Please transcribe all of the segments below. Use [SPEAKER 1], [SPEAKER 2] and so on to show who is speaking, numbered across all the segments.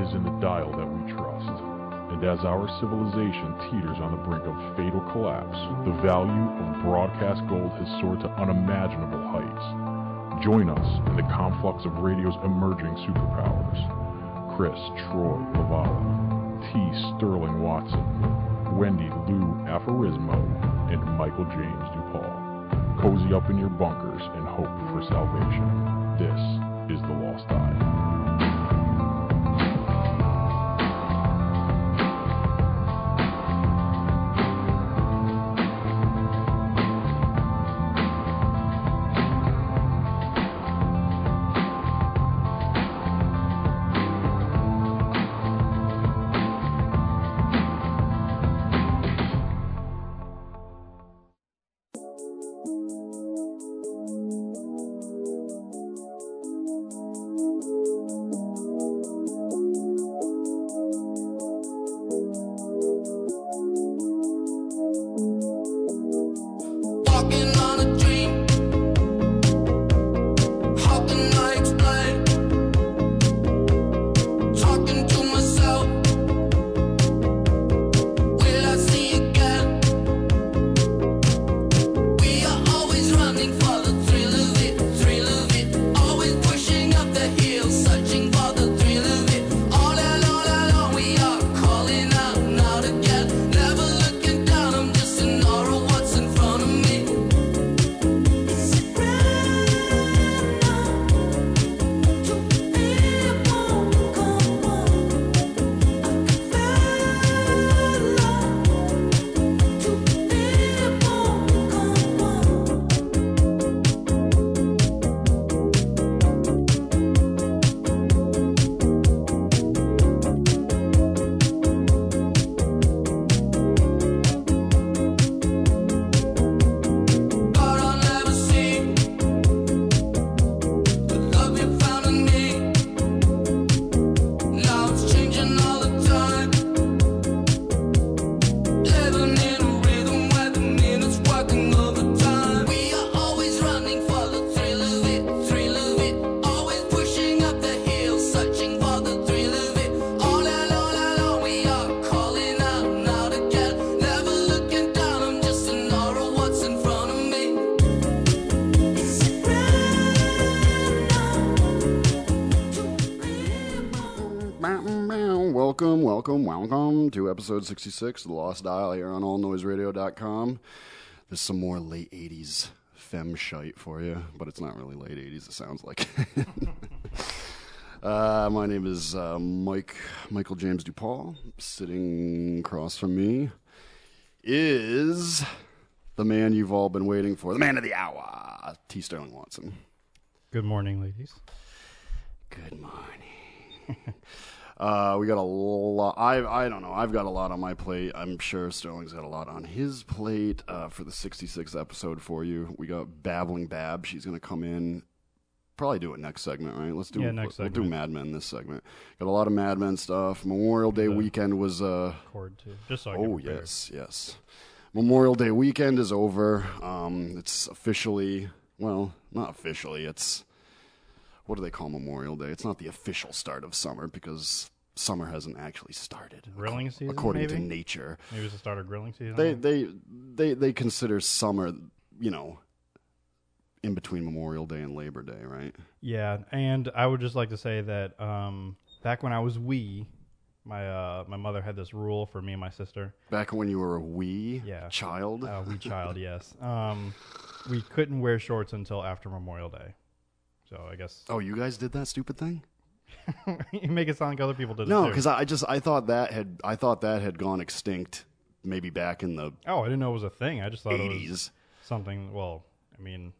[SPEAKER 1] is in the dial that we trust. And as our civilization teeters on the brink of fatal collapse, the value of broadcast gold has soared to unimaginable heights. Join us in the conflux of radio's emerging superpowers. Chris Troy Lavala, T. Sterling Watson, Wendy Lou Aphorismo, and Michael James DuPaul. Cozy up in your bunkers and hope for salvation. This is The Lost Eye.
[SPEAKER 2] welcome, welcome to episode 66 of The Lost Dial here on allnoiseradio.com. There's some more late 80s fem shite for you, but it's not really late 80s, it sounds like. uh, my name is uh, Mike Michael James DuPaul. Sitting across from me is the man you've all been waiting for, the man of the hour, T. Sterling Watson.
[SPEAKER 3] Good morning, ladies.
[SPEAKER 2] Good morning. Uh, we got a lot. I I don't know. I've got a lot on my plate. I'm sure Sterling's got a lot on his plate uh, for the 66th episode for you. We got babbling Bab. She's gonna come in. Probably do it next segment, right? Let's do
[SPEAKER 3] yeah, next
[SPEAKER 2] we'll,
[SPEAKER 3] segment.
[SPEAKER 2] We'll do Mad Men this segment. Got a lot of Mad Men stuff. Memorial Day
[SPEAKER 3] The
[SPEAKER 2] weekend was uh
[SPEAKER 3] Cord too. Just so I can
[SPEAKER 2] oh
[SPEAKER 3] prepare.
[SPEAKER 2] yes yes. Memorial Day weekend is over. Um, it's officially well not officially. It's what do they call Memorial Day? It's not the official start of summer because summer hasn't actually started.
[SPEAKER 3] Grilling season,
[SPEAKER 2] according to
[SPEAKER 3] maybe?
[SPEAKER 2] nature,
[SPEAKER 3] Maybe it's the start of grilling season.
[SPEAKER 2] they they they they consider summer, you know, in between Memorial Day and Labor Day, right?
[SPEAKER 3] yeah, and I would just like to say that um, back when I was wee, my uh, my mother had this rule for me and my sister.
[SPEAKER 2] Back when you were a wee
[SPEAKER 3] Yeah.
[SPEAKER 2] child,
[SPEAKER 3] Uh, wee child, yes. Um, we couldn't wear shorts until after Memorial Day. So I guess
[SPEAKER 2] oh, you guys did that stupid thing?
[SPEAKER 3] you make it sound like other people did.
[SPEAKER 2] No,
[SPEAKER 3] it too.
[SPEAKER 2] because I, I just I thought that had I thought that had gone extinct maybe back in the
[SPEAKER 3] oh, I didn't know it was a thing. I just thought it was
[SPEAKER 2] eighties.
[SPEAKER 3] something. Well, I mean,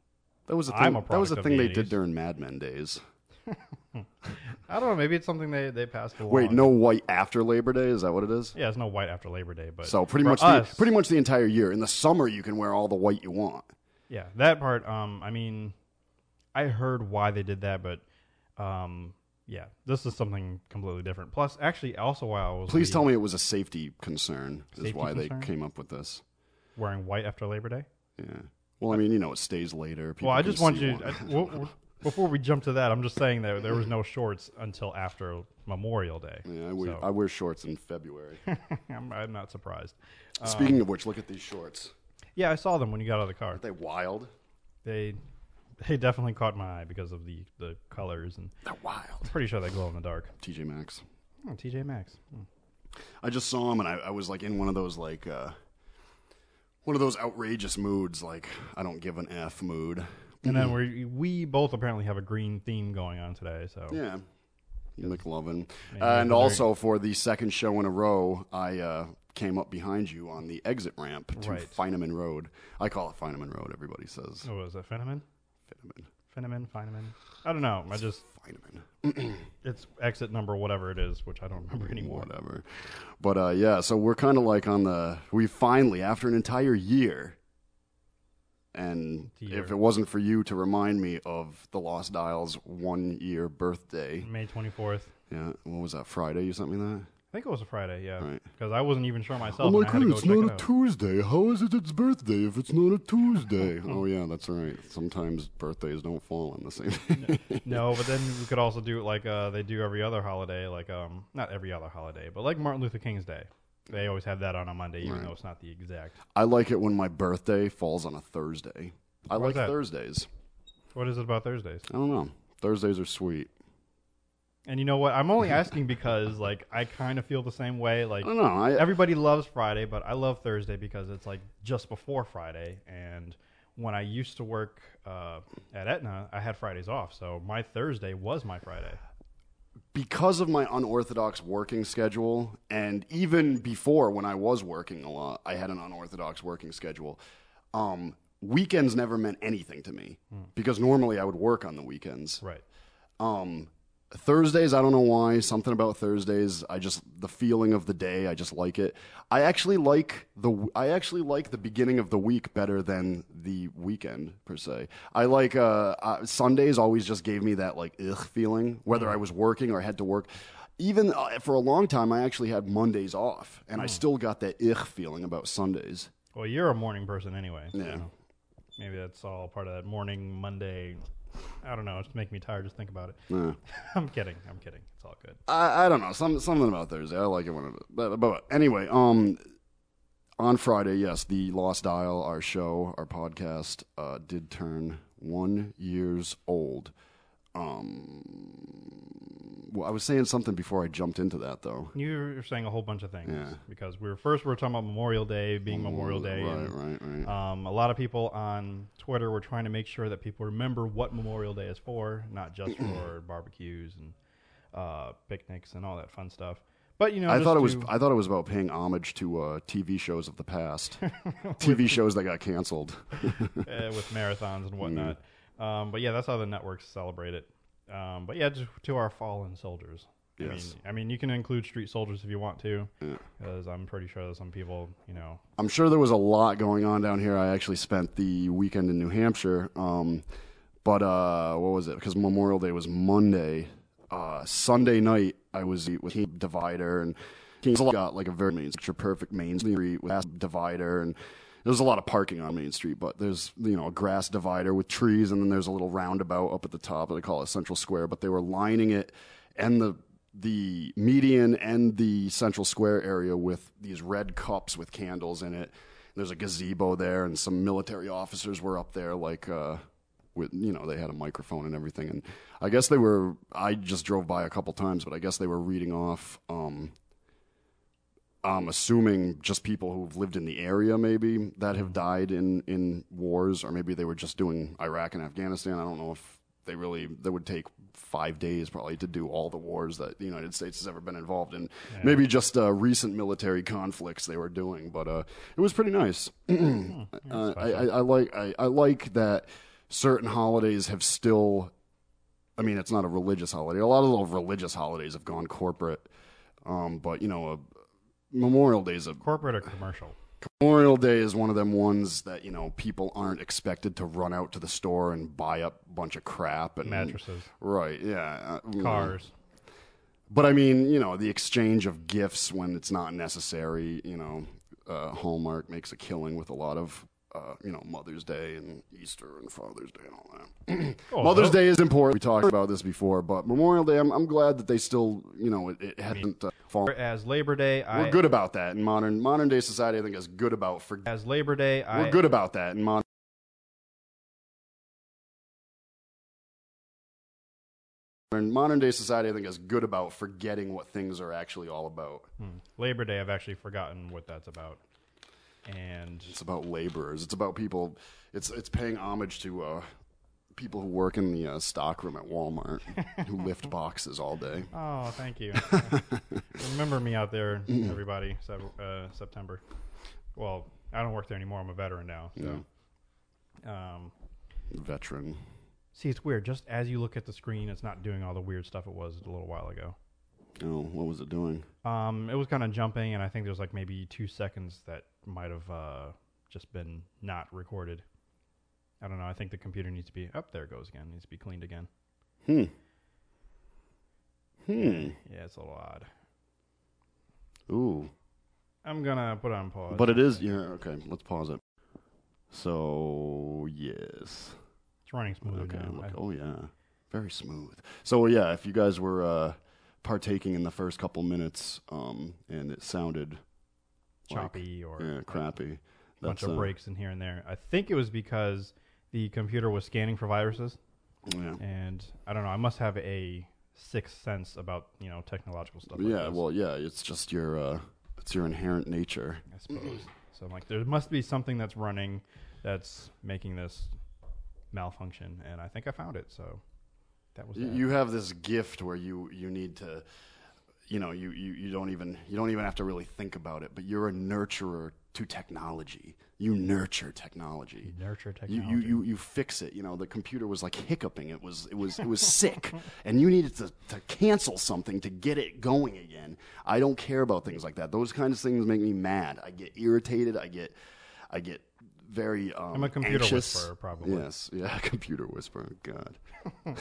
[SPEAKER 2] That was a thing.
[SPEAKER 3] I'm a
[SPEAKER 2] that was
[SPEAKER 3] product
[SPEAKER 2] a
[SPEAKER 3] of
[SPEAKER 2] thing
[SPEAKER 3] the
[SPEAKER 2] they did
[SPEAKER 3] 80s.
[SPEAKER 2] during Mad Men days.
[SPEAKER 3] I don't know. Maybe it's something they they passed along.
[SPEAKER 2] Wait, no white after Labor Day? Is that what it is?
[SPEAKER 3] Yeah, it's no white after Labor Day, but
[SPEAKER 2] So pretty
[SPEAKER 3] for
[SPEAKER 2] much
[SPEAKER 3] us-
[SPEAKER 2] the, pretty much the entire year. In the summer, you can wear all the white you want.
[SPEAKER 3] Yeah, that part. Um, I mean, I heard why they did that, but um, yeah, this is something completely different. Plus, actually, also why I was
[SPEAKER 2] Please
[SPEAKER 3] we-
[SPEAKER 2] tell me it was a safety concern. Is
[SPEAKER 3] Safety
[SPEAKER 2] why
[SPEAKER 3] concern?
[SPEAKER 2] they came up with this.
[SPEAKER 3] wearing white after Labor Day.
[SPEAKER 2] Yeah. Well, I mean, you know, it stays later. People
[SPEAKER 3] well, I
[SPEAKER 2] can
[SPEAKER 3] just want
[SPEAKER 2] see
[SPEAKER 3] you.
[SPEAKER 2] one.
[SPEAKER 3] I, we'll, we'll before we jump to that, I'm just saying that there was no shorts until after Memorial Day.
[SPEAKER 2] Yeah, I wear,
[SPEAKER 3] So-
[SPEAKER 2] I wear shorts in February.
[SPEAKER 3] I'm, I'm not surprised.
[SPEAKER 2] Speaking
[SPEAKER 3] Um,
[SPEAKER 2] of which, look at these shorts.
[SPEAKER 3] Yeah, I saw them when you got out of the car.
[SPEAKER 2] Aren't they wild?
[SPEAKER 3] They they definitely caught my eye because of the the colors and
[SPEAKER 2] They're wild.
[SPEAKER 3] pretty sure they glow in the dark.
[SPEAKER 2] TJ Maxx.
[SPEAKER 3] Oh, TJ Maxx. Hmm.
[SPEAKER 2] I just saw him and I, I was like in one of those like uh one of those outrageous moods, like I don't give an F mood.
[SPEAKER 3] And
[SPEAKER 2] Mm-hmm.
[SPEAKER 3] then we we both apparently have a green theme going on today. So
[SPEAKER 2] Yeah. McLovin.
[SPEAKER 3] Maybe
[SPEAKER 2] And
[SPEAKER 3] another-
[SPEAKER 2] also for the second show in a row, I uh, came up behind you on the exit ramp to
[SPEAKER 3] Right. Oh.
[SPEAKER 2] Feynman Road. I call it Feynman Road, everybody says.
[SPEAKER 3] what was that? Fenneman,
[SPEAKER 2] Feynman.
[SPEAKER 3] Fenneman, Feynman. I don't know. I just
[SPEAKER 2] Feynman.
[SPEAKER 3] it's exit number whatever it is, which I don't remember anymore.
[SPEAKER 2] Whatever. But uh, yeah, so we're kind of like on the. We finally, after an entire year, and
[SPEAKER 3] Year.
[SPEAKER 2] if it wasn't for you to remind me of the Lost Dials one year birthday,
[SPEAKER 3] May 24th.
[SPEAKER 2] yeah, what was that, Friday? You sent me that?
[SPEAKER 3] I think it was a Friday. Yeah,
[SPEAKER 2] Right.
[SPEAKER 3] because I wasn't even sure
[SPEAKER 2] Oh
[SPEAKER 3] myself. and Oh, I had to go check it out.
[SPEAKER 2] Tuesday. How is it its birthday if it's not a Tuesday? oh, yeah, that's right. Sometimes birthdays don't fall on the same day.
[SPEAKER 3] No, but then we could also do it like uh, they do every other holiday, like um, not every other holiday, but like Martin Luther King's Day. They always have that on a Monday, even though it's not the exact.
[SPEAKER 2] I like it when my birthday falls on a Thursday. I
[SPEAKER 3] Why's
[SPEAKER 2] like
[SPEAKER 3] that?
[SPEAKER 2] Thursdays.
[SPEAKER 3] What is it about Thursdays?
[SPEAKER 2] I don't know. Thursdays are sweet.
[SPEAKER 3] And you know what? I'm only asking because like I kind of feel the same way. Like
[SPEAKER 2] I don't know. I,
[SPEAKER 3] everybody loves Friday, but I love Thursday because it's like just before Friday. And when I used to work uh, at Etna, I had Fridays off, so my Thursday was my Friday.
[SPEAKER 2] because of my unorthodox working schedule, and even before when I was working a lot, I had an unorthodox working schedule. Um, weekends never meant anything to me because normally I would work on the weekends.
[SPEAKER 3] Right.
[SPEAKER 2] Um, Thursdays, I don't know why, something about Thursdays. I just the feeling of the day. I just like it. I actually like the I actually like the beginning of the week better than the weekend per se. I like uh, uh, Sundays always just gave me that like ugh feeling, whether I was working or had to work. Even uh, for a long time, I actually had Mondays off, and I still got that ugh feeling about Sundays.
[SPEAKER 3] Well, you're a morning person anyway.
[SPEAKER 2] Yeah.
[SPEAKER 3] so maybe that's all part of that morning Monday. I don't know. It's making me tired just think about it.
[SPEAKER 2] Yeah.
[SPEAKER 3] I'm kidding. I'm kidding. It's all good.
[SPEAKER 2] I, I don't know. Some, something about Thursday. I like it when it. But, but anyway, um, on Friday, yes, the Lost Dial, our show, our podcast, uh, did turn one years old. Um, well, I was saying something before I jumped into that though.
[SPEAKER 3] You were saying a whole bunch of things
[SPEAKER 2] Yeah.
[SPEAKER 3] because we were first we were talking about Memorial Day being Memorial Day.
[SPEAKER 2] Right,
[SPEAKER 3] and,
[SPEAKER 2] right, right.
[SPEAKER 3] Um, a lot of people on Twitter were trying to make sure that people remember what Memorial Day is for, not just for barbecues and uh, picnics and all that fun stuff. But you know,
[SPEAKER 2] I
[SPEAKER 3] just
[SPEAKER 2] thought it was.
[SPEAKER 3] to-
[SPEAKER 2] I thought it was about paying homage to uh, TV shows of the past, TV shows that got canceled.
[SPEAKER 3] uh, with marathons and whatnot. Um, but yeah, that's how the networks celebrate it. Um, but yeah, to, to our fallen soldiers.
[SPEAKER 2] Yes.
[SPEAKER 3] I mean, I mean, you can include street soldiers if you want to, because I'm pretty sure that some people, you know,
[SPEAKER 2] I'm sure there was a lot going on down here. I actually spent the weekend in New Hampshire. Um, but uh, what was it? Because Memorial Day was Monday. Uh, Sunday night, I was with Team Divider and Kings got like a very main, picture perfect Main Street with grass Divider and there's a lot of parking on Main Street, but there's you know a grass divider with trees and then there's a little roundabout up at the top that they call it Central Square. But they were lining it and the the median and the central square area with these red cups with candles in it. There's a gazebo there, and some military officers were up there, like uh, with you know they had a microphone and everything. And I guess they were. I just drove by a couple times, but I guess they were reading off. Um, I'm assuming just people who've lived in the area, maybe that have died in in wars, or maybe they were just doing Iraq and Afghanistan. I don't know if they really that would take five days probably to do all the wars that the United States has ever been involved in. Maybe just uh, recent military conflicts they were doing, but uh, it was pretty nice. uh, I, I, I like I, I like that certain holidays have still I mean, it's not a religious holiday. A lot of little religious holidays have gone corporate, um, but you know, a, Memorial Day is a
[SPEAKER 3] corporate or commercial.
[SPEAKER 2] Memorial Day is one of them ones that you know people aren't expected to run out to the store and buy up a bunch of crap and
[SPEAKER 3] Mattresses,
[SPEAKER 2] Right? Mm. Yeah. uh,
[SPEAKER 3] cars.
[SPEAKER 2] But I mean, you know, the exchange of gifts when it's not necessary. You know, uh, Hallmark makes a killing with a lot of uh, you know, Mother's Day and Easter and Father's Day and all that. Mother's
[SPEAKER 3] Oh, no.
[SPEAKER 2] Day is important. We talked about this before, but Memorial Day, I'm, I'm glad that they still, you know, it, it hasn't uh, fallen.
[SPEAKER 3] As Labor Day, I
[SPEAKER 2] We're good about that in modern modern day society. I think is good about for
[SPEAKER 3] as Labor Day, I
[SPEAKER 2] we're good about that in modern. In modern day society, I think is good about forgetting what things are actually all about.
[SPEAKER 3] Hmm. Labor Day, I've actually forgotten what that's about. And
[SPEAKER 2] It's about laborers. It's about people. It's it's paying homage to uh, people who work in the uh, stockroom at Walmart who lift boxes all day.
[SPEAKER 3] oh, thank you. Remember me out there, everybody. Sep- uh, September. Well, I don't work there anymore. I'm a veteran now. So, um,
[SPEAKER 2] Veteran.
[SPEAKER 3] see, it's weird. Just as you look at the screen, it's not doing all the weird stuff it was a little while ago.
[SPEAKER 2] Oh, what was it doing?
[SPEAKER 3] Um, it was kind of jumping, and I think there was like maybe two seconds that might have uh, just been not recorded. I don't know. I think the computer needs to be up. there it goes again. Needs to be cleaned again.
[SPEAKER 2] Hmm. Hmm.
[SPEAKER 3] Yeah, it's a little odd.
[SPEAKER 2] Ooh.
[SPEAKER 3] I'm gonna put it on pause.
[SPEAKER 2] But it is. Yeah. Okay. Let's pause it. So yes.
[SPEAKER 3] it's running smoothly
[SPEAKER 2] Okay.
[SPEAKER 3] now.
[SPEAKER 2] look-
[SPEAKER 3] I-
[SPEAKER 2] oh yeah, very smooth. So yeah, if you guys were uh, partaking in the first couple minutes, um, and it sounded like,
[SPEAKER 3] choppy or
[SPEAKER 2] yeah, crappy,
[SPEAKER 3] a bunch
[SPEAKER 2] that's,
[SPEAKER 3] of
[SPEAKER 2] uh,
[SPEAKER 3] breaks in here and there. I think it was because the computer was scanning for viruses,
[SPEAKER 2] Yeah.
[SPEAKER 3] and I don't know. I must have a sixth sense about you know technological stuff. like
[SPEAKER 2] yeah.
[SPEAKER 3] this,
[SPEAKER 2] Well, yeah. It's just your uh, it's your inherent nature.
[SPEAKER 3] I suppose. so I'm like, there must be something that's running that's making this malfunction, and I think I found it. So that was
[SPEAKER 2] Y-
[SPEAKER 3] that.
[SPEAKER 2] You have this gift where you you need to, you know, you, you you don't even you don't even have to really think about it, but you're a nurturer to technology. You nurture technology.
[SPEAKER 3] nurture
[SPEAKER 2] you,
[SPEAKER 3] technology.
[SPEAKER 2] you, you, you fix it. You know, the computer was like hiccuping. It was, it was, it was sick. And you needed to, to cancel something to get it going again. I don't care about things like that. Those kinds of things make me mad. I get irritated. I get, I get very, um,
[SPEAKER 3] I'm a computer
[SPEAKER 2] anxious.
[SPEAKER 3] whisperer, probably.
[SPEAKER 2] Yes. Yeah. Computer whisperer. God.
[SPEAKER 3] I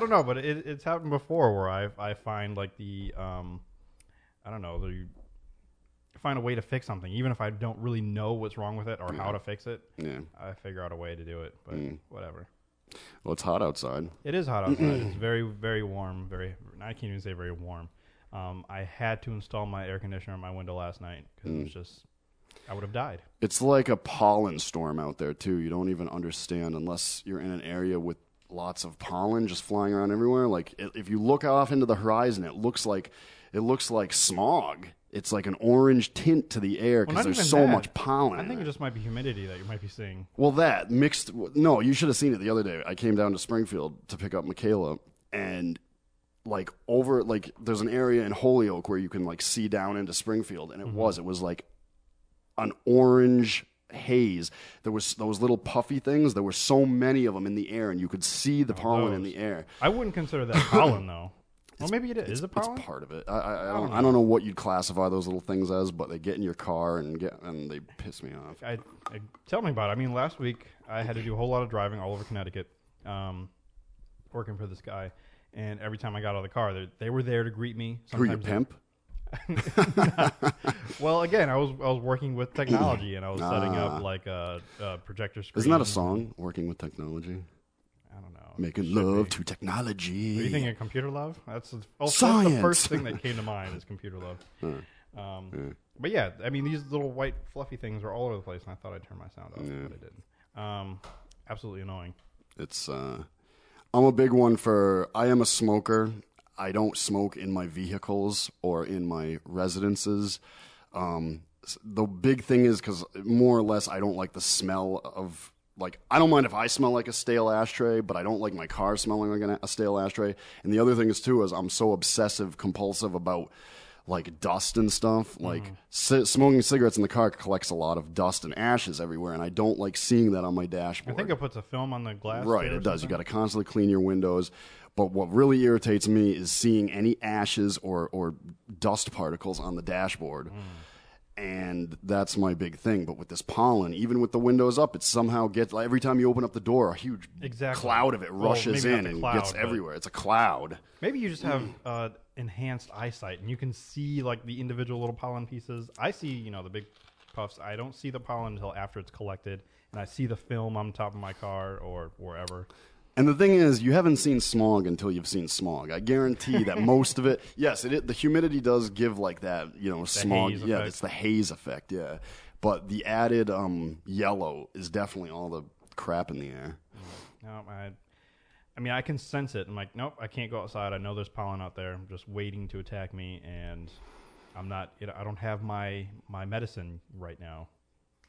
[SPEAKER 3] don't know, but it, it's happened before where I I find like the um, I don't know, the find a way to fix something, even if I don't really know what's wrong with it or how to fix it.
[SPEAKER 2] Yeah. Mm.
[SPEAKER 3] I figure out a way to do it, but whatever.
[SPEAKER 2] Well, it's hot outside.
[SPEAKER 3] It is hot outside. it's very very warm. Very I can't even say very warm. Um, I had to install my air conditioner in my window last night because
[SPEAKER 2] Mm.
[SPEAKER 3] it was just I would have died.
[SPEAKER 2] It's like a pollen storm out there too. You don't even understand unless you're in an area with lots of pollen just flying around everywhere. Like i- if you look off into the horizon, it looks like it looks like smog. It's like an orange tint to the air because
[SPEAKER 3] not
[SPEAKER 2] there's
[SPEAKER 3] even
[SPEAKER 2] so
[SPEAKER 3] that.
[SPEAKER 2] much pollen.
[SPEAKER 3] I
[SPEAKER 2] in
[SPEAKER 3] think
[SPEAKER 2] there.
[SPEAKER 3] it just might be humidity that you might be seeing.
[SPEAKER 2] Well, that mixed. No, you should have seen it the other day. I came down to Springfield to pick up Michaela, and like over, like there's an area in Holyoke where you can like see down into Springfield, and it
[SPEAKER 3] Mm-hmm.
[SPEAKER 2] was, it was like an orange haze. There was those little puffy things. There were so many of them in the air, and you could see the pollen in
[SPEAKER 3] Oh, those.
[SPEAKER 2] the air.
[SPEAKER 3] I wouldn't consider that pollen though. Well, maybe it is. Is it pollen? Oh.
[SPEAKER 2] It's part of it. I, I, I don't. I don't know what you'd classify those little things as, but they get in your car and get and they piss me off.
[SPEAKER 3] I, I tell me about it. I mean, last week I had to do a whole lot of driving all over Connecticut, um, working for this guy, and every time I got out of the car, they, they were there to greet me.
[SPEAKER 2] Who are you,
[SPEAKER 3] Sometimes they-
[SPEAKER 2] pimp?
[SPEAKER 3] Well, again, I was I was working with technology and I was setting
[SPEAKER 2] Ah.
[SPEAKER 3] up like a, a projector screen.
[SPEAKER 2] Isn't that a song? Working with technology.
[SPEAKER 3] I don't know.
[SPEAKER 2] Making
[SPEAKER 3] Should
[SPEAKER 2] love
[SPEAKER 3] be.
[SPEAKER 2] to
[SPEAKER 3] Are you
[SPEAKER 2] technology.
[SPEAKER 3] thinking of computer love? That's the, oh, that's the
[SPEAKER 2] Science.
[SPEAKER 3] first thing that came to mind is computer love. Um, But yeah, I mean, these little white fluffy things are all over the place, and I thought I turned my sound off, but I didn't. Um, absolutely annoying.
[SPEAKER 2] It's uh, I'm a big one for. I am a smoker. I don't smoke in my vehicles or in my residences. Um, s- the big thing is because more or less I don't like the smell of like I don't mind if I smell like a stale ashtray, but I don't like my car smelling like an, a- a stale ashtray. And the other thing is too is I'm so obsessive compulsive about like dust and
[SPEAKER 3] Mm-hmm.
[SPEAKER 2] stuff. Like ci- smoking cigarettes in the car collects a lot of dust and ashes everywhere, and I don't like seeing that on my dashboard.
[SPEAKER 3] I think it puts a film on the glass.
[SPEAKER 2] Right,
[SPEAKER 3] too or
[SPEAKER 2] it does. You got
[SPEAKER 3] something.
[SPEAKER 2] to constantly clean your windows. But what really irritates me is seeing any ashes or, or dust particles on the dashboard.
[SPEAKER 3] Hmm.
[SPEAKER 2] And that's my big thing. But with this pollen, even with the windows up, it somehow gets like, every time you open up the door, a huge
[SPEAKER 3] Exactly.
[SPEAKER 2] cloud of it
[SPEAKER 3] Well,
[SPEAKER 2] rushes
[SPEAKER 3] maybe not
[SPEAKER 2] in
[SPEAKER 3] the
[SPEAKER 2] and
[SPEAKER 3] cloud,
[SPEAKER 2] gets
[SPEAKER 3] but-
[SPEAKER 2] everywhere. It's a cloud.
[SPEAKER 3] Maybe you just have
[SPEAKER 2] Mm.
[SPEAKER 3] uh, enhanced eyesight and you can see like the individual little pollen pieces. I see, you know, the big puffs. I don't see the pollen until after it's collected, and I see the film on top of my car or wherever.
[SPEAKER 2] And the thing is, you haven't seen smog until you've seen smog. I guarantee that most of it, yes, it, the humidity does give like that, you know, smog.
[SPEAKER 3] haze
[SPEAKER 2] Yeah,
[SPEAKER 3] effect.
[SPEAKER 2] it's the haze effect. Yeah, but the added um, yellow is definitely all the crap in the air.
[SPEAKER 3] No, I, I mean, I can sense it. I'm like, nope, I can't go outside. I know there's pollen out there. I'm just waiting to attack me, and I'm not. You know, I don't have my my medicine right now,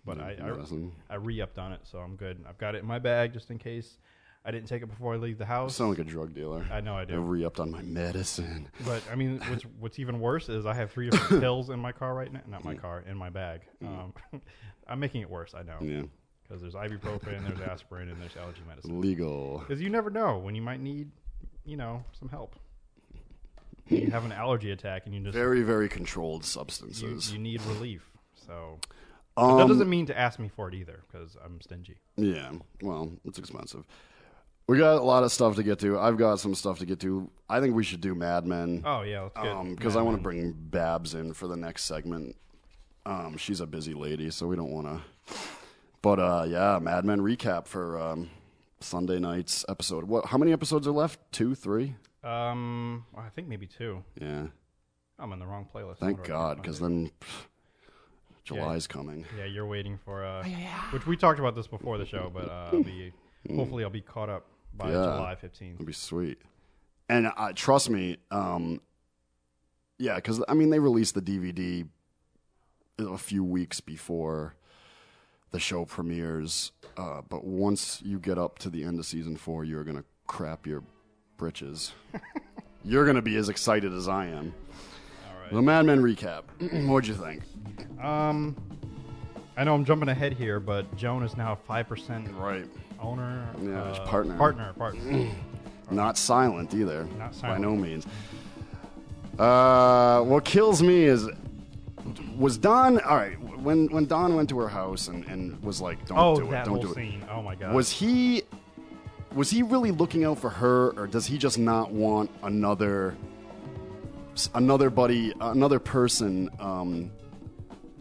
[SPEAKER 3] but I
[SPEAKER 2] Medicine.
[SPEAKER 3] I, I re-upped on it, so I'm good. I've got it in my bag just in case I didn't take it before I leave the
[SPEAKER 2] I
[SPEAKER 3] house.
[SPEAKER 2] sound like a drug dealer.
[SPEAKER 3] I know I do.
[SPEAKER 2] I re-upped on my medicine.
[SPEAKER 3] But I mean, what's what's even worse is I have three different pills in my car right now. Not my car, in my bag. Um, I'm making it worse. I know
[SPEAKER 2] Yeah,
[SPEAKER 3] because there's ibuprofen, there's aspirin, and there's allergy medicine.
[SPEAKER 2] legal.
[SPEAKER 3] Because you never know when you might need, you know, some help. You have an allergy attack and you just
[SPEAKER 2] Very, very controlled
[SPEAKER 3] you,
[SPEAKER 2] substances.
[SPEAKER 3] you need relief. So
[SPEAKER 2] um,
[SPEAKER 3] that doesn't mean to ask me for it either because I'm stingy.
[SPEAKER 2] Yeah, well, it's expensive. We got a lot of stuff to get to. I've got some stuff to get to. I think we should do Mad Men.
[SPEAKER 3] Oh yeah, let's get
[SPEAKER 2] Um, because I want to bring Babs in for the next segment. Um, she's a busy lady, so we don't want to. But uh, yeah, Mad Men recap for um, Sunday night's episode. What? How many episodes are left? Two, three?
[SPEAKER 3] Um, well, I think maybe two.
[SPEAKER 2] Yeah.
[SPEAKER 3] I'm in the wrong playlist.
[SPEAKER 2] Thank
[SPEAKER 3] What do I
[SPEAKER 2] God,
[SPEAKER 3] find
[SPEAKER 2] because
[SPEAKER 3] it?
[SPEAKER 2] then pff, July's coming.
[SPEAKER 3] yeah, you're waiting for uh, which we talked about this before the show, but uh, the hopefully I'll be caught up by
[SPEAKER 2] Yeah.
[SPEAKER 3] July
[SPEAKER 2] That'd
[SPEAKER 3] 15th.
[SPEAKER 2] be sweet. And uh, trust me, um, yeah, because I mean they released the DVD a few weeks before the show premieres, uh, but once you get up to the end of season four, you're gonna crap your britches. you're gonna be as excited as I am. The Mad Men recap. What'd you think?
[SPEAKER 3] Um, I know I'm jumping ahead here, but Joan is now five percent
[SPEAKER 2] Right.
[SPEAKER 3] owner.
[SPEAKER 2] Yeah,
[SPEAKER 3] uh,
[SPEAKER 2] it's partner.
[SPEAKER 3] Partner. Partner.
[SPEAKER 2] Not silent either.
[SPEAKER 3] Not
[SPEAKER 2] By
[SPEAKER 3] silent.
[SPEAKER 2] no means. Uh, what kills me is was Don. All right, when when Don went to her house and, and was like, "Don't
[SPEAKER 3] Oh,
[SPEAKER 2] do it,
[SPEAKER 3] that
[SPEAKER 2] don't
[SPEAKER 3] whole
[SPEAKER 2] do it,"
[SPEAKER 3] scene. Oh my god.
[SPEAKER 2] was he was he really looking out for her, or does he just not want another s- another buddy, another person um,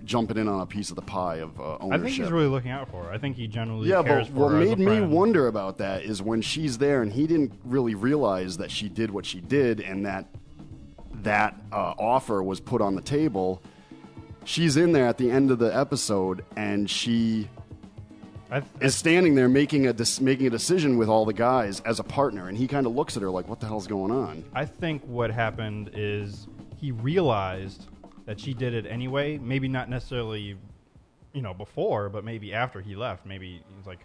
[SPEAKER 2] jumping in on a piece of the pie of uh, ownership?
[SPEAKER 3] I think he's really looking out for her. I think he generally
[SPEAKER 2] Yeah,
[SPEAKER 3] cares
[SPEAKER 2] but
[SPEAKER 3] for
[SPEAKER 2] what
[SPEAKER 3] her as a
[SPEAKER 2] made me
[SPEAKER 3] friend.
[SPEAKER 2] wonder about that is when she's there and he didn't really realize that she did what she did and that that uh, offer was put on the table. She's in there at the end of the episode and she
[SPEAKER 3] I th-
[SPEAKER 2] is standing there making a dis- making a decision with all the guys as a partner and he kind of looks at her like what the hell's going on?
[SPEAKER 3] I think what happened is he realized that she did it anyway. Maybe not necessarily, you know, before, but maybe after he left. Maybe he's like,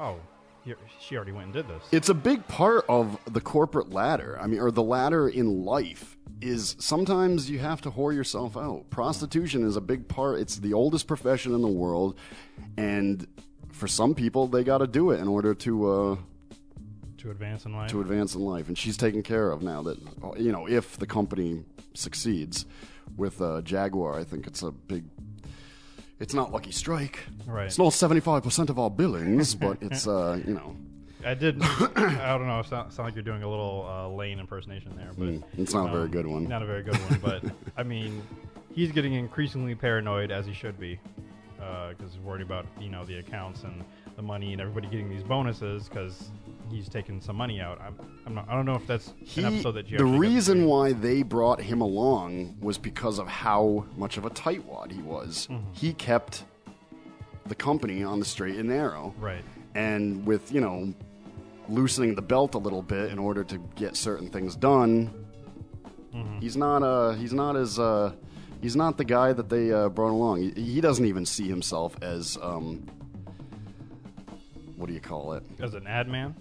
[SPEAKER 3] oh, here- she already went and did this.
[SPEAKER 2] It's a big part of the corporate ladder. I mean, or the ladder in life is sometimes you have to whore yourself out. Prostitution is a big part. It's the oldest profession in the world, and for some people, they got to do it in order to uh,
[SPEAKER 3] to advance in life.
[SPEAKER 2] to advance in life. And she's taken care of now. That you know, if the company succeeds with uh, Jaguar, I think it's a big. It's not Lucky Strike.
[SPEAKER 3] Right.
[SPEAKER 2] It's not seventy-five percent of our billings, but it's uh, you know,
[SPEAKER 3] I did. I don't know. Sound, sound like you're doing a little uh, Lane impersonation there, but
[SPEAKER 2] it's not a very
[SPEAKER 3] um,
[SPEAKER 2] good one.
[SPEAKER 3] Not a very good one, but I mean, he's getting increasingly paranoid as he should be, because he's worried about you know the accounts and the money and everybody getting these bonuses because he's taking some money out. I'm, I'm not, I don't know if that's
[SPEAKER 2] he,
[SPEAKER 3] an episode that you.
[SPEAKER 2] the
[SPEAKER 3] actually get to
[SPEAKER 2] reason
[SPEAKER 3] see.
[SPEAKER 2] why they brought him along was because of how much of a tightwad he was.
[SPEAKER 3] Mm-hmm.
[SPEAKER 2] He kept the company on the straight and narrow.
[SPEAKER 3] Right.
[SPEAKER 2] And with, you know, loosening the belt a little bit in order to get certain things done,
[SPEAKER 3] Mm-hmm.
[SPEAKER 2] he's not uh he's not as uh he's not the guy that they uh, brought along. He, he doesn't even see himself as um what do you call it?
[SPEAKER 3] as an ad man.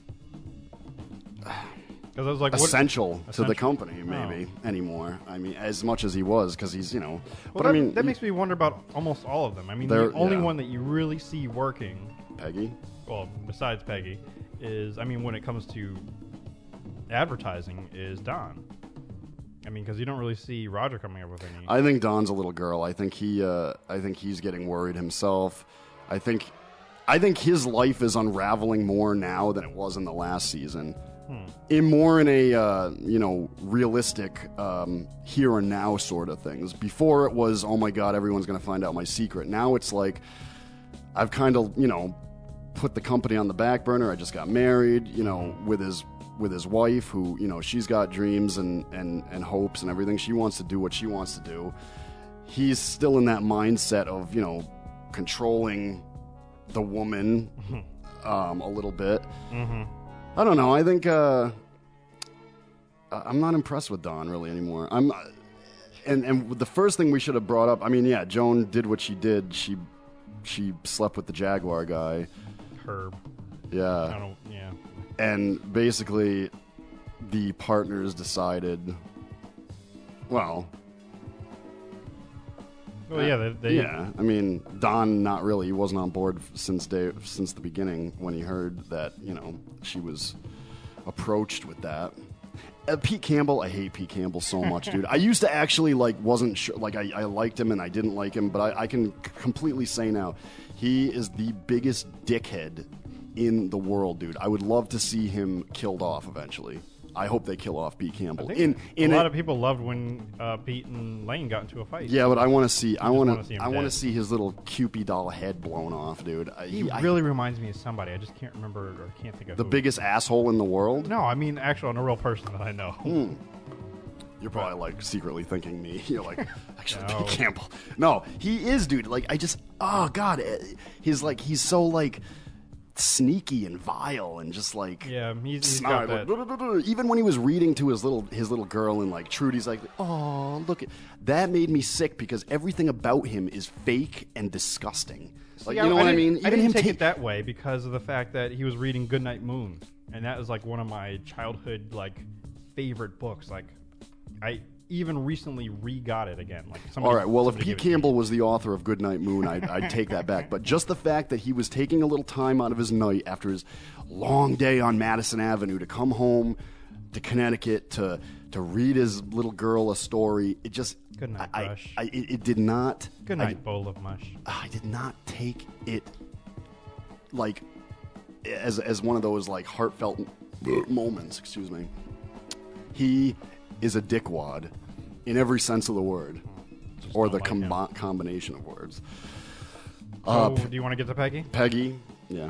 [SPEAKER 3] Because I was like, what?
[SPEAKER 2] essential to
[SPEAKER 3] Essential. Oh.
[SPEAKER 2] the company maybe anymore. I mean, as much as he was because he's you know.
[SPEAKER 3] Well,
[SPEAKER 2] but
[SPEAKER 3] that,
[SPEAKER 2] I mean,
[SPEAKER 3] that makes me wonder about almost all of them. I mean,
[SPEAKER 2] They're-
[SPEAKER 3] the only
[SPEAKER 2] yeah.
[SPEAKER 3] one that you really see working
[SPEAKER 2] Peggy.
[SPEAKER 3] well, besides Peggy, is I mean, when it comes to advertising, is Don. I mean, because you don't really see Roger coming up with any.
[SPEAKER 2] I think Don's a little girl. I think he. Uh, I think he's getting worried himself. I think. I think his life is unraveling more now than it was in the last season.
[SPEAKER 3] Hmm.
[SPEAKER 2] in more in a uh, you know realistic um, here and now sort of things. Before it was oh my god everyone's gonna find out my secret. Now it's like I've kind of you know put the company on the back burner. I just got married you know with his with his wife who you know she's got dreams and and and hopes and everything. She wants to do what she wants to do. He's still in that mindset of you know controlling the woman um, a little bit. I don't know. I think uh, I- I'm not impressed with Don really anymore. I'm, and and the first thing we should have brought up. I mean, yeah, Joan did what she did. She she slept with the Jaguar guy.
[SPEAKER 3] Herb. I
[SPEAKER 2] Yeah,
[SPEAKER 3] don't. Yeah.
[SPEAKER 2] and basically, the partners decided. Well,
[SPEAKER 3] Well, yeah. They, they,
[SPEAKER 2] yeah. I mean, Don not really. He wasn't on board since day since the beginning when he heard that you know she was approached with that. Uh, Pete Campbell, I hate Pete Campbell so much, dude. I used to actually like wasn't sure, like I, I liked him and I didn't like him, but I, I can c- completely say now he is the biggest dickhead in the world, dude. I would love to see him killed off eventually. I hope they kill off Pete Campbell.
[SPEAKER 3] I think
[SPEAKER 2] in in
[SPEAKER 3] a lot of people loved when uh, Pete and Lane got into a fight.
[SPEAKER 2] yeah, but I want to see. I want
[SPEAKER 3] wanna see
[SPEAKER 2] to.
[SPEAKER 3] him
[SPEAKER 2] I want to
[SPEAKER 3] dead.
[SPEAKER 2] see his little Cupid doll head blown off, dude. I-
[SPEAKER 3] He
[SPEAKER 2] he- I-
[SPEAKER 3] really reminds me of somebody. I just can't remember or can't think of
[SPEAKER 2] the
[SPEAKER 3] who.
[SPEAKER 2] biggest asshole in the world.
[SPEAKER 3] No, I mean actual, on a real person that I know.
[SPEAKER 2] Hmm. You're probably like secretly thinking me. You're like, actually,
[SPEAKER 3] No.
[SPEAKER 2] Pete Campbell. No, he is, dude. Like, I just, oh god, eh, he's like, he's so like sneaky and vile and just like,
[SPEAKER 3] Yeah, he's, he's got
[SPEAKER 2] snide. Like,
[SPEAKER 3] that.
[SPEAKER 2] "Duh-duh-duh-duh." Even when he was reading to his little his little girl and like Trudy's like, oh look, at that made me sick because everything about him is fake and disgusting. Like,
[SPEAKER 3] Yeah,
[SPEAKER 2] you know what I
[SPEAKER 3] didn't-
[SPEAKER 2] mean?
[SPEAKER 3] I didn't take
[SPEAKER 2] ta-
[SPEAKER 3] it that way because of the fact that he was reading Goodnight Moon, and that was like one of my childhood like favorite books. Like, I even recently re-got it again. Like, somebody,
[SPEAKER 2] All right. Well, if
[SPEAKER 3] somebody
[SPEAKER 2] Pete
[SPEAKER 3] gave it to me.
[SPEAKER 2] Campbell was the author of Goodnight Moon, I'd, I'd take that back. But just the fact that he was taking a little time out of his night after his long day on Madison Avenue to come home to Connecticut to to read his little girl a story, it just
[SPEAKER 3] Good night,
[SPEAKER 2] I,
[SPEAKER 3] Rush.
[SPEAKER 2] I, I it, it did not.
[SPEAKER 3] Good night, bowl of mush.
[SPEAKER 2] Ah, I, I did not take it like as as one of those like heartfelt moments. Excuse me. He is a dickwad in every sense of the word, or
[SPEAKER 3] don't
[SPEAKER 2] the
[SPEAKER 3] like him.
[SPEAKER 2] combi- combination of words. Uh,
[SPEAKER 3] oh, do you want to get to Peggy?
[SPEAKER 2] Peggy, yeah,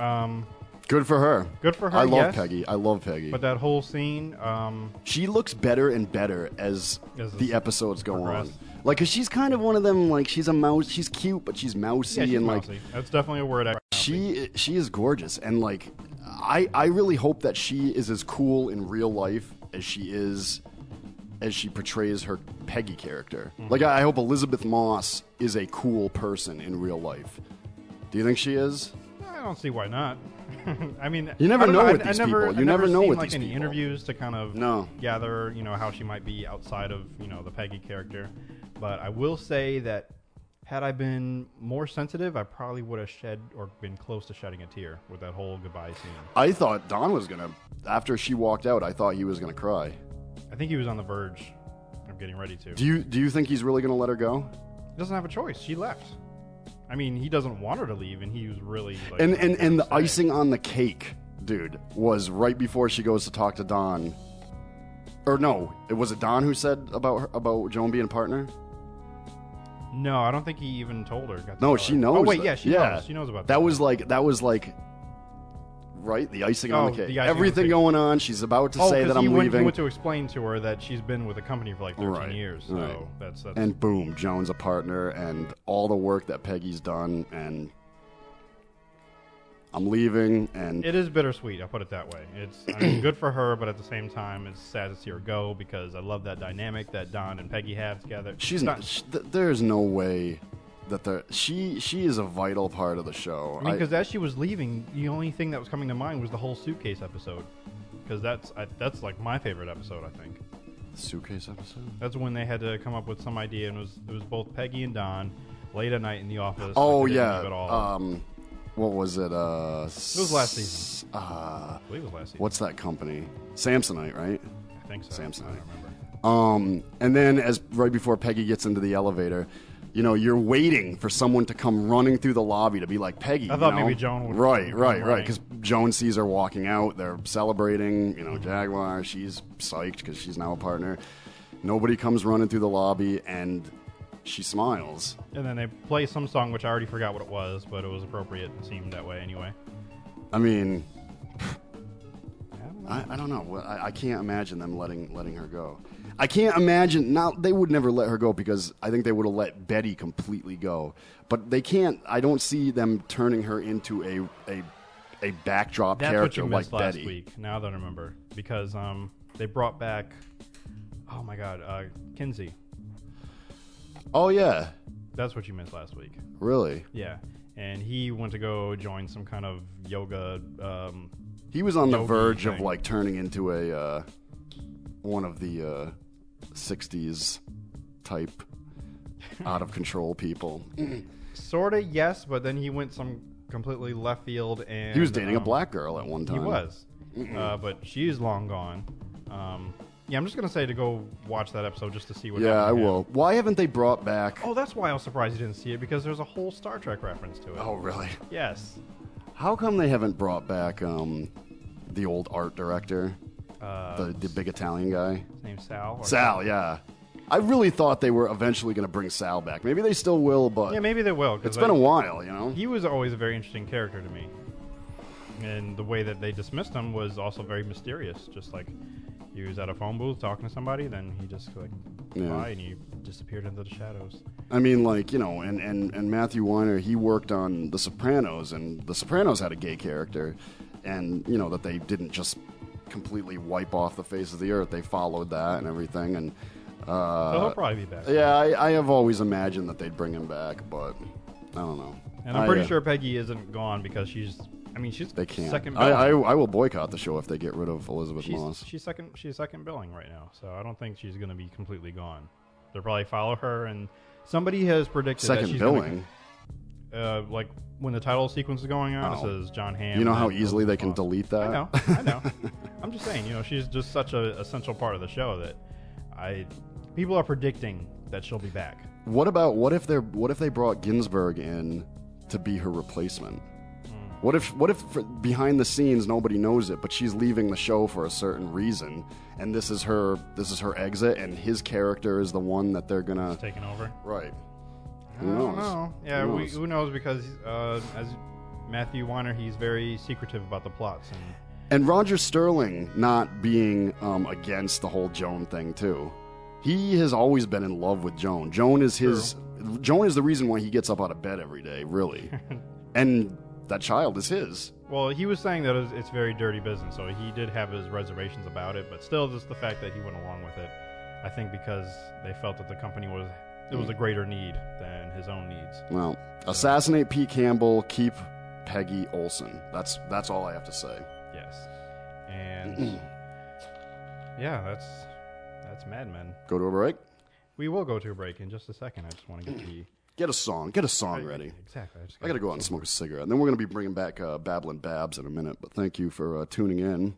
[SPEAKER 3] Um,
[SPEAKER 2] good for her.
[SPEAKER 3] Good for her,
[SPEAKER 2] I love
[SPEAKER 3] yes.
[SPEAKER 2] Peggy. I love Peggy.
[SPEAKER 3] but that whole scene, um,
[SPEAKER 2] she looks better and better as,
[SPEAKER 3] As
[SPEAKER 2] the
[SPEAKER 3] this
[SPEAKER 2] episodes go
[SPEAKER 3] progress.
[SPEAKER 2] on. Like, cause she's kind of one of them. Like, she's a mouse. She's cute, but she's mousy
[SPEAKER 3] yeah, she's
[SPEAKER 2] and like
[SPEAKER 3] mousy. that's definitely a word. I
[SPEAKER 2] she she is gorgeous and like I I really hope that she is as cool in real life as she is as she portrays her Peggy character. Like I, I hope Elizabeth Moss is a cool person in real life. Do you think she is?
[SPEAKER 3] I don't see why not. I mean,
[SPEAKER 2] You never
[SPEAKER 3] I don't
[SPEAKER 2] know
[SPEAKER 3] I-
[SPEAKER 2] with
[SPEAKER 3] I
[SPEAKER 2] these
[SPEAKER 3] never-
[SPEAKER 2] people.
[SPEAKER 3] I've
[SPEAKER 2] You never know
[SPEAKER 3] seen,
[SPEAKER 2] with
[SPEAKER 3] like,
[SPEAKER 2] these
[SPEAKER 3] any
[SPEAKER 2] people.
[SPEAKER 3] interviews to kind of
[SPEAKER 2] No.
[SPEAKER 3] gather, you know, how she might be outside of you know the Peggy character. But I will say that had I been more sensitive, I probably would have shed or been close to shedding a tear with that whole goodbye scene.
[SPEAKER 2] I thought Don was gonna after she walked out. I thought he was gonna cry.
[SPEAKER 3] I think he was on the verge of getting ready to.
[SPEAKER 2] Do you do you think he's really gonna let her go?
[SPEAKER 3] He doesn't have a choice. She left. I mean, he doesn't want her to leave, and he was really like,
[SPEAKER 2] and and and the
[SPEAKER 3] upset.
[SPEAKER 2] icing on the cake, dude, was right before she goes to talk to Don. Or no, it was it Don who said about her, about Joan being a partner.
[SPEAKER 3] No, I don't think he even told her. Got to
[SPEAKER 2] No,
[SPEAKER 3] tell
[SPEAKER 2] she
[SPEAKER 3] her.
[SPEAKER 2] knows.
[SPEAKER 3] Oh wait,
[SPEAKER 2] that-
[SPEAKER 3] yeah, she knows. She knows about
[SPEAKER 2] that. Was like that was like, right? The icing on
[SPEAKER 3] Oh,
[SPEAKER 2] the cake.
[SPEAKER 3] the icing on the
[SPEAKER 2] Everything
[SPEAKER 3] cake.
[SPEAKER 2] going on. She's about to
[SPEAKER 3] Oh,
[SPEAKER 2] say
[SPEAKER 3] 'cause
[SPEAKER 2] that I'm
[SPEAKER 3] he went, He
[SPEAKER 2] leaving,
[SPEAKER 3] went to explain to her that she's been with the company for like 13
[SPEAKER 2] Right,
[SPEAKER 3] years. So
[SPEAKER 2] right.
[SPEAKER 3] that's that's
[SPEAKER 2] and boom, Joan's a partner, and all the work that Peggy's done, and I'm leaving, and
[SPEAKER 3] it is bittersweet. I'll put it that way. It's I mean, good for her, but at the same time, it's sad to see her go because I love that dynamic that Don and Peggy have together.
[SPEAKER 2] She's not. Sh th- there's no way that the she she is a vital part of the show.
[SPEAKER 3] I mean,
[SPEAKER 2] I-
[SPEAKER 3] because as she was leaving, the only thing that was coming to mind was the whole suitcase episode. Because that's I, that's like my favorite episode. I think
[SPEAKER 2] suitcase episode.
[SPEAKER 3] that's when they had to come up with some idea, and it was it was both Peggy and Don late at night in the office.
[SPEAKER 2] Oh
[SPEAKER 3] like, they didn't
[SPEAKER 2] yeah.
[SPEAKER 3] leave at all.
[SPEAKER 2] Um, what was it? Uh, it
[SPEAKER 3] was last season.
[SPEAKER 2] Uh,
[SPEAKER 3] I believe it was last season.
[SPEAKER 2] what's that company? Samsonite, right?
[SPEAKER 3] I think so.
[SPEAKER 2] Samsonite.
[SPEAKER 3] I don't remember.
[SPEAKER 2] Um, and then as right before Peggy gets into the elevator, you know, you're waiting for someone to come running through the lobby to be like Peggy.
[SPEAKER 3] I thought
[SPEAKER 2] you know?
[SPEAKER 3] maybe Joan would
[SPEAKER 2] Right,
[SPEAKER 3] come
[SPEAKER 2] right, right.
[SPEAKER 3] running.
[SPEAKER 2] Because Joan sees her walking out. They're celebrating. You know, Jaguar. She's psyched because she's now a partner. Nobody comes running through the lobby, and she smiles.
[SPEAKER 3] And then they play some song, which I already forgot what it was, but it was appropriate and seemed that way anyway.
[SPEAKER 2] I mean,
[SPEAKER 3] I don't know.
[SPEAKER 2] I, I don't know. Well, I, I can't imagine them letting letting her go. I can't imagine. Now they would never let her go because I think they would have let Betty completely go. But they can't. I don't see them turning her into a a a backdrop
[SPEAKER 3] That's what
[SPEAKER 2] character
[SPEAKER 3] you missed
[SPEAKER 2] like
[SPEAKER 3] last
[SPEAKER 2] Betty.
[SPEAKER 3] week. Now that I remember, because um, they brought back, oh my God, uh, Kinsey.
[SPEAKER 2] Oh yeah,
[SPEAKER 3] That's what you missed last week.
[SPEAKER 2] really?
[SPEAKER 3] Yeah, and he went to go join some kind of yoga. Um,
[SPEAKER 2] He was on the
[SPEAKER 3] Yogi
[SPEAKER 2] verge of
[SPEAKER 3] thing.
[SPEAKER 2] like turning into a uh, one of the uh, '60s type out of control people.
[SPEAKER 3] sort of yes, but then he went some completely left field, and
[SPEAKER 2] He was dating a
[SPEAKER 3] um,
[SPEAKER 2] black girl at one time.
[SPEAKER 3] He was, uh, but she's long gone. Um, yeah, I'm just gonna say to go watch that episode just to see what.
[SPEAKER 2] Yeah,
[SPEAKER 3] happened
[SPEAKER 2] I
[SPEAKER 3] to him.
[SPEAKER 2] will. Why haven't they brought back?
[SPEAKER 3] Oh, that's why I was surprised you didn't see it because there's a whole Star Trek reference to it.
[SPEAKER 2] Oh, really?
[SPEAKER 3] Yes.
[SPEAKER 2] How come they haven't brought back um, the old art director,
[SPEAKER 3] Uh,
[SPEAKER 2] the, the big Italian guy?
[SPEAKER 3] his name's Sal. or
[SPEAKER 2] Sal, yeah. I really thought they were eventually going to bring Sal back. Maybe they still will, but
[SPEAKER 3] Yeah, maybe they will. 'cause
[SPEAKER 2] it's been a
[SPEAKER 3] I-
[SPEAKER 2] while, you know?
[SPEAKER 3] He was always a very interesting character to me, and the way that they dismissed him was also very mysterious. Just like he was at a phone booth talking to somebody, then he just like
[SPEAKER 2] Yeah.
[SPEAKER 3] by and he disappeared into the shadows.
[SPEAKER 2] I mean, like, you know, and, and, and Matthew Weiner, he worked on The Sopranos, and The Sopranos had a gay character, and, you know, that they didn't just completely wipe off the face of the earth. They followed that and everything, and.
[SPEAKER 3] So he'll
[SPEAKER 2] Uh,
[SPEAKER 3] probably be back.
[SPEAKER 2] yeah, I, I have always imagined that they'd bring him back, but I don't know.
[SPEAKER 3] and I'm
[SPEAKER 2] I,
[SPEAKER 3] pretty
[SPEAKER 2] uh,
[SPEAKER 3] sure Peggy isn't gone because she's. I mean, she's
[SPEAKER 2] They can't.
[SPEAKER 3] second.
[SPEAKER 2] I,
[SPEAKER 3] Billing.
[SPEAKER 2] I, I will boycott the show if they get rid of Elizabeth
[SPEAKER 3] she's,
[SPEAKER 2] Moss.
[SPEAKER 3] she's second. She's second billing right now, so I don't think she's going to be completely gone. They'll probably follow her, and somebody has predicted that
[SPEAKER 2] Second
[SPEAKER 3] she's gonna-
[SPEAKER 2] billing.
[SPEAKER 3] uh, like when the title sequence is going on,
[SPEAKER 2] Oh.
[SPEAKER 3] it says John Hamm.
[SPEAKER 2] you know how
[SPEAKER 3] and
[SPEAKER 2] easily they
[SPEAKER 3] Elizabeth
[SPEAKER 2] can
[SPEAKER 3] Moss.
[SPEAKER 2] delete that?
[SPEAKER 3] I know, I know. I'm just saying, you know, she's just such a essential part of the show that I people are predicting that she'll be back.
[SPEAKER 2] What about what if they're what if they brought Ginsburg in to be her replacement?
[SPEAKER 3] Hmm.
[SPEAKER 2] What if what if for, behind the scenes nobody knows it, but she's leaving the show for a certain reason, and this is her this is her exit, and his character is the one that they're gonna
[SPEAKER 3] Taking over.
[SPEAKER 2] right.
[SPEAKER 3] I
[SPEAKER 2] Who knows?
[SPEAKER 3] don't know. Yeah,
[SPEAKER 2] Who
[SPEAKER 3] we-
[SPEAKER 2] knows?
[SPEAKER 3] who knows because uh, as Matthew Weiner, he's very secretive about the plots and.
[SPEAKER 2] And Roger Sterling not being um, against the whole Joan thing too. He has always been in love with Joan. Joan is his. Joan is the reason why he gets up out of bed every day, really. and that child is his.
[SPEAKER 3] Well, he was saying that it's, it's very dirty business, so he did have his reservations about it. But still, just the fact that he went along with it, I think, because they felt that the company was there
[SPEAKER 2] Mm.
[SPEAKER 3] was a greater need than his own needs.
[SPEAKER 2] Well, assassinate Pete Campbell, keep Peggy Olson. That's that's all I have to say.
[SPEAKER 3] Yes, and yeah, that's that's Mad Men.
[SPEAKER 2] Go to a break.
[SPEAKER 3] We will go to a break in just a second. I just want to get the
[SPEAKER 2] Get a song. Get a song ready.
[SPEAKER 3] Exactly. I just
[SPEAKER 2] I gotta go out and smoke a cigarette. And then we're gonna be bringing back uh, Babblin' Babs in a minute. But thank you for uh, tuning in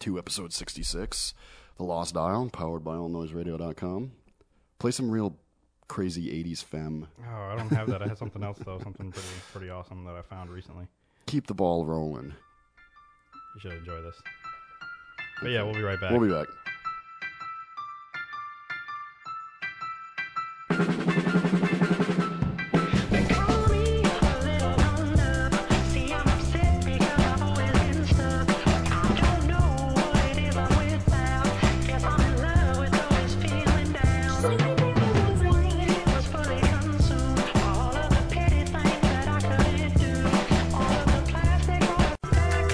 [SPEAKER 2] to episode 66, The Lost Dial, powered by AllNoiseRadio.com. Play some real crazy 80s femme.
[SPEAKER 3] Oh, I don't have that. I had something else though. Something pretty pretty awesome that I found recently.
[SPEAKER 2] Keep the ball rolling.
[SPEAKER 3] You should enjoy this. But yeah, we'll be right back.
[SPEAKER 2] We'll be back.
[SPEAKER 4] Call me a little under. See, I'm upset because I've always been stuck. I don't know what it is I'm without. Guess I'm in love with always feeling down. It was fully consumed. All of the petty things that I couldn't do. All of the plastic on the back.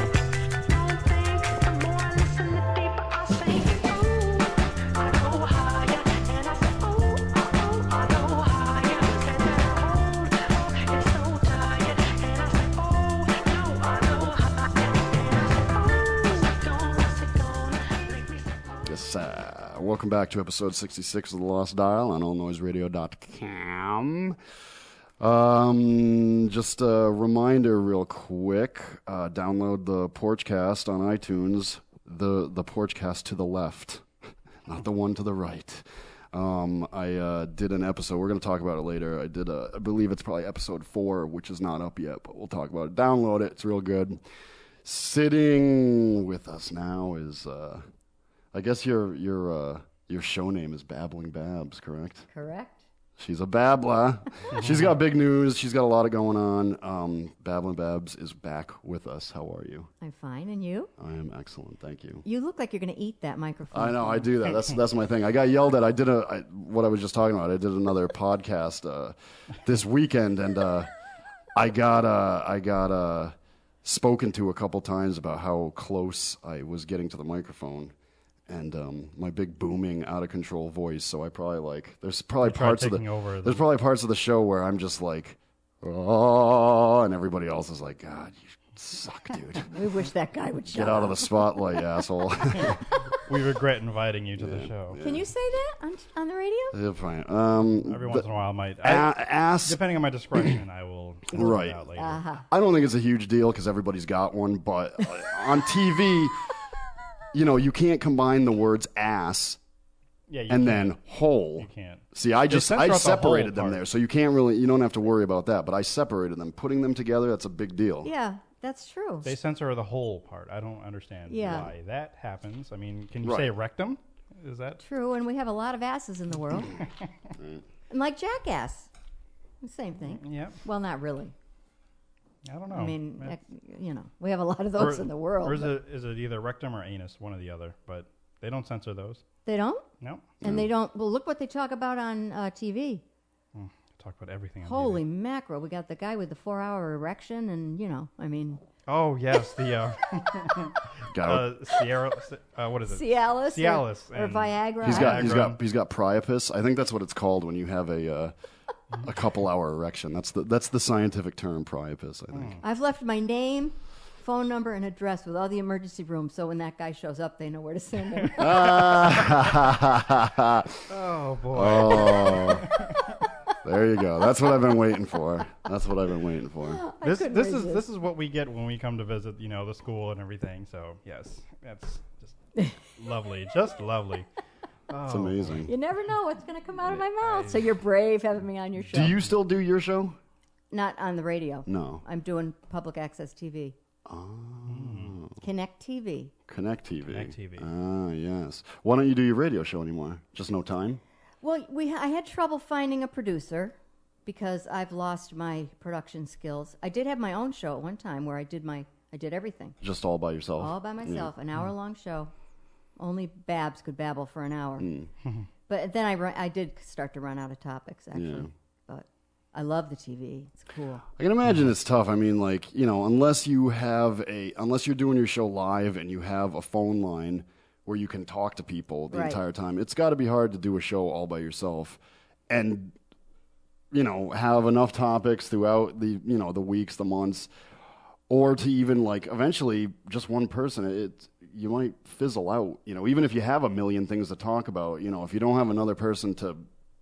[SPEAKER 4] Don't think the more I listen, the deeper I sink. Oh, I go higher, and I say, oh, oh, oh, I go higher, and then oh, oh, it's so tired, and I say, oh, no, I go higher, and I say, oh, sit on, sit on, make me sit on.
[SPEAKER 2] Yes, sir. Welcome back to episode 66 of The Lost Dial on AllNoiseRadio.com. Um, just a reminder, real quick uh, download the Porchcast on iTunes, the, the Porchcast to the left, not the one to the right. Um, I uh, did an episode. We're going to talk about it later. I did a, I believe it's probably episode four, which is not up yet, but we'll talk about it. Download it. It's real good. Sitting with us now is, uh, I guess your your uh, your show name is Babbling Babs, correct?
[SPEAKER 5] Correct?
[SPEAKER 2] She's a babbler. She's got big news. She's got a lot of going on. Um, Babbling Babs is back with us. How are you?
[SPEAKER 5] I'm fine. And you?
[SPEAKER 2] I am excellent. Thank you.
[SPEAKER 5] You look like you're going to eat that microphone.
[SPEAKER 2] I know I do that. That's that's my thing. I got yelled at. I did a I, what I was just talking about. I did another podcast uh, this weekend, and uh, I got uh, I got uh, spoken to a couple times about how close I was getting to the microphone, and um, my big booming out of control voice. So I probably like there's probably
[SPEAKER 3] tried
[SPEAKER 2] parts of the
[SPEAKER 3] taking over the-
[SPEAKER 2] there's probably parts of the show where I'm just like oh, and everybody else is like God, you suck, dude.
[SPEAKER 5] We wish that guy would shut
[SPEAKER 2] Get out
[SPEAKER 5] up.
[SPEAKER 2] of the spotlight, asshole.
[SPEAKER 3] We regret inviting you to the show.
[SPEAKER 5] Can you say that on, on the radio?
[SPEAKER 2] Yeah, fine. Um,
[SPEAKER 3] Every once in a while, I might.
[SPEAKER 2] a-
[SPEAKER 3] I,
[SPEAKER 2] ask
[SPEAKER 3] depending on my discretion, I will. sort it
[SPEAKER 2] Right.
[SPEAKER 3] Out later.
[SPEAKER 5] Uh-huh.
[SPEAKER 2] I don't think it's a huge deal because everybody's got one, but uh, on TV, you know, you can't combine the words ass
[SPEAKER 3] yeah. You
[SPEAKER 2] and
[SPEAKER 3] can't-
[SPEAKER 2] then hole.
[SPEAKER 3] you can't.
[SPEAKER 2] See, I just
[SPEAKER 3] censor out
[SPEAKER 2] I
[SPEAKER 3] the hole
[SPEAKER 2] separated them
[SPEAKER 3] part.
[SPEAKER 2] there, so you can't really you don't have to worry about that. But I separated them, putting them together. That's a big deal.
[SPEAKER 5] Yeah, that's true.
[SPEAKER 3] They censor the whole part. I don't understand
[SPEAKER 5] Yeah.
[SPEAKER 3] why that happens. I mean, can you
[SPEAKER 2] Right.
[SPEAKER 3] say rectum? Is that
[SPEAKER 5] True, and we have a lot of asses in the world.
[SPEAKER 2] Mm.
[SPEAKER 5] and like jackass. The Same thing.
[SPEAKER 3] yeah?
[SPEAKER 5] Well, not really.
[SPEAKER 3] I don't know.
[SPEAKER 5] I mean,
[SPEAKER 3] Oh, Yeah.
[SPEAKER 5] ec- you know, we have a lot of
[SPEAKER 3] Or-
[SPEAKER 5] those in the world.
[SPEAKER 3] Or is
[SPEAKER 5] but
[SPEAKER 3] it is it either rectum or anus, one or the other? But they don't censor those.
[SPEAKER 5] They don't?
[SPEAKER 3] No,
[SPEAKER 5] And
[SPEAKER 2] Mm.
[SPEAKER 5] they don't. Well, look what they talk about on uh, TV.
[SPEAKER 3] talk about everything. on TV.
[SPEAKER 5] Holy mackerel. We got the guy with the four hour erection, and, you know, I mean,
[SPEAKER 3] Oh yes, the uh,
[SPEAKER 2] Got
[SPEAKER 3] uh, Sierra. Uh, what is it?
[SPEAKER 5] Cialis.
[SPEAKER 3] Cialis
[SPEAKER 5] Or, or
[SPEAKER 3] and-
[SPEAKER 5] Viagra.
[SPEAKER 2] He's
[SPEAKER 5] I
[SPEAKER 2] got he's
[SPEAKER 3] Viagra.
[SPEAKER 2] got he's got priapus. I think that's what it's called when you have a uh, a couple hour erection. That's the that's the scientific term priapus. I think.
[SPEAKER 5] I've left my name, phone number, and address with all the emergency rooms, so when that guy shows up, they know where to send him.
[SPEAKER 2] Ah,
[SPEAKER 3] Oh boy.
[SPEAKER 2] Oh, there you go. That's what I've been waiting for. That's what I've been waiting for.
[SPEAKER 3] this
[SPEAKER 5] couldn't
[SPEAKER 3] this is
[SPEAKER 5] resist.
[SPEAKER 3] this is what we get when we come to visit, you know, the school and everything. So yes, that's just lovely, just lovely.
[SPEAKER 2] It's amazing.
[SPEAKER 5] you never know what's going to come out of my mouth, so you're brave having me on your show.
[SPEAKER 2] Do you still do your show?
[SPEAKER 5] Not on the radio.
[SPEAKER 2] No.
[SPEAKER 5] I'm doing public access TV. Oh. Connect TV.
[SPEAKER 2] Connect TV.
[SPEAKER 3] Connect TV.
[SPEAKER 2] Ah, yes. Why don't you do your radio show anymore? Just no time?
[SPEAKER 5] Well, we I had trouble finding a producer because I've lost my production skills. I did have my own show at one time where I did my I did everything
[SPEAKER 2] Just all by yourself?
[SPEAKER 5] all by myself, an hour long show. Only Babs could babble for an hour.
[SPEAKER 3] Mm.
[SPEAKER 5] but then I ru- I did start to run out of topics actually. But I love the TV. It's cool.
[SPEAKER 2] I can imagine it's tough. I mean, like, you know, unless you have a, unless you're doing your show live and you have a phone line where you can talk to people the
[SPEAKER 5] Right.
[SPEAKER 2] entire time, it's got to be hard to do a show all by yourself and, you know, have enough topics throughout the, you know, the weeks, the months, or to even like eventually just one person, it, you might fizzle out, you know, even if you have a million things to talk about, you know, if you don't have another person to,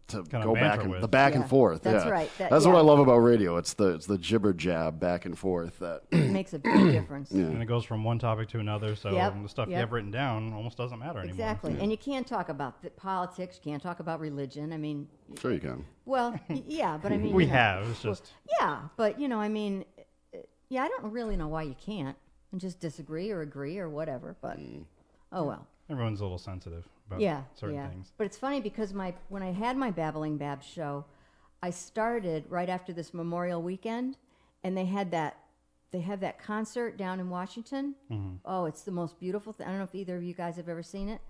[SPEAKER 2] to
[SPEAKER 3] Kinda
[SPEAKER 2] go back
[SPEAKER 3] banter
[SPEAKER 2] and
[SPEAKER 3] with.
[SPEAKER 2] the back and
[SPEAKER 5] Yeah,
[SPEAKER 2] forth.
[SPEAKER 5] that's
[SPEAKER 2] yeah.
[SPEAKER 5] right. That-
[SPEAKER 2] that's what
[SPEAKER 5] yeah.
[SPEAKER 2] I love about radio. It's the it's the jibber jab back and forth that
[SPEAKER 5] It makes a big difference.
[SPEAKER 3] And it goes from one topic to another, so
[SPEAKER 5] Yep,
[SPEAKER 3] the stuff you
[SPEAKER 5] yep.
[SPEAKER 3] have written down almost doesn't matter anymore.
[SPEAKER 5] Exactly. And you can't talk about th- politics, you can't talk about religion. I mean,
[SPEAKER 2] sure you can.
[SPEAKER 5] well, y- yeah, but I mean,
[SPEAKER 3] We
[SPEAKER 5] you know.
[SPEAKER 3] have. It's just
[SPEAKER 5] Yeah, but you know, I mean, uh, yeah, I don't really know why you can't and just disagree or agree or whatever. But
[SPEAKER 3] Mm.
[SPEAKER 5] oh well,
[SPEAKER 3] everyone's a little sensitive about
[SPEAKER 5] yeah,
[SPEAKER 3] certain
[SPEAKER 5] yeah.
[SPEAKER 3] things.
[SPEAKER 5] But it's funny because my when I had my babbling bab show, I started right after this Memorial Weekend, and they had that they have that concert down in Washington.
[SPEAKER 3] Mm-hmm.
[SPEAKER 5] Oh, it's the most beautiful thing. I don't know if either of you guys have ever seen it.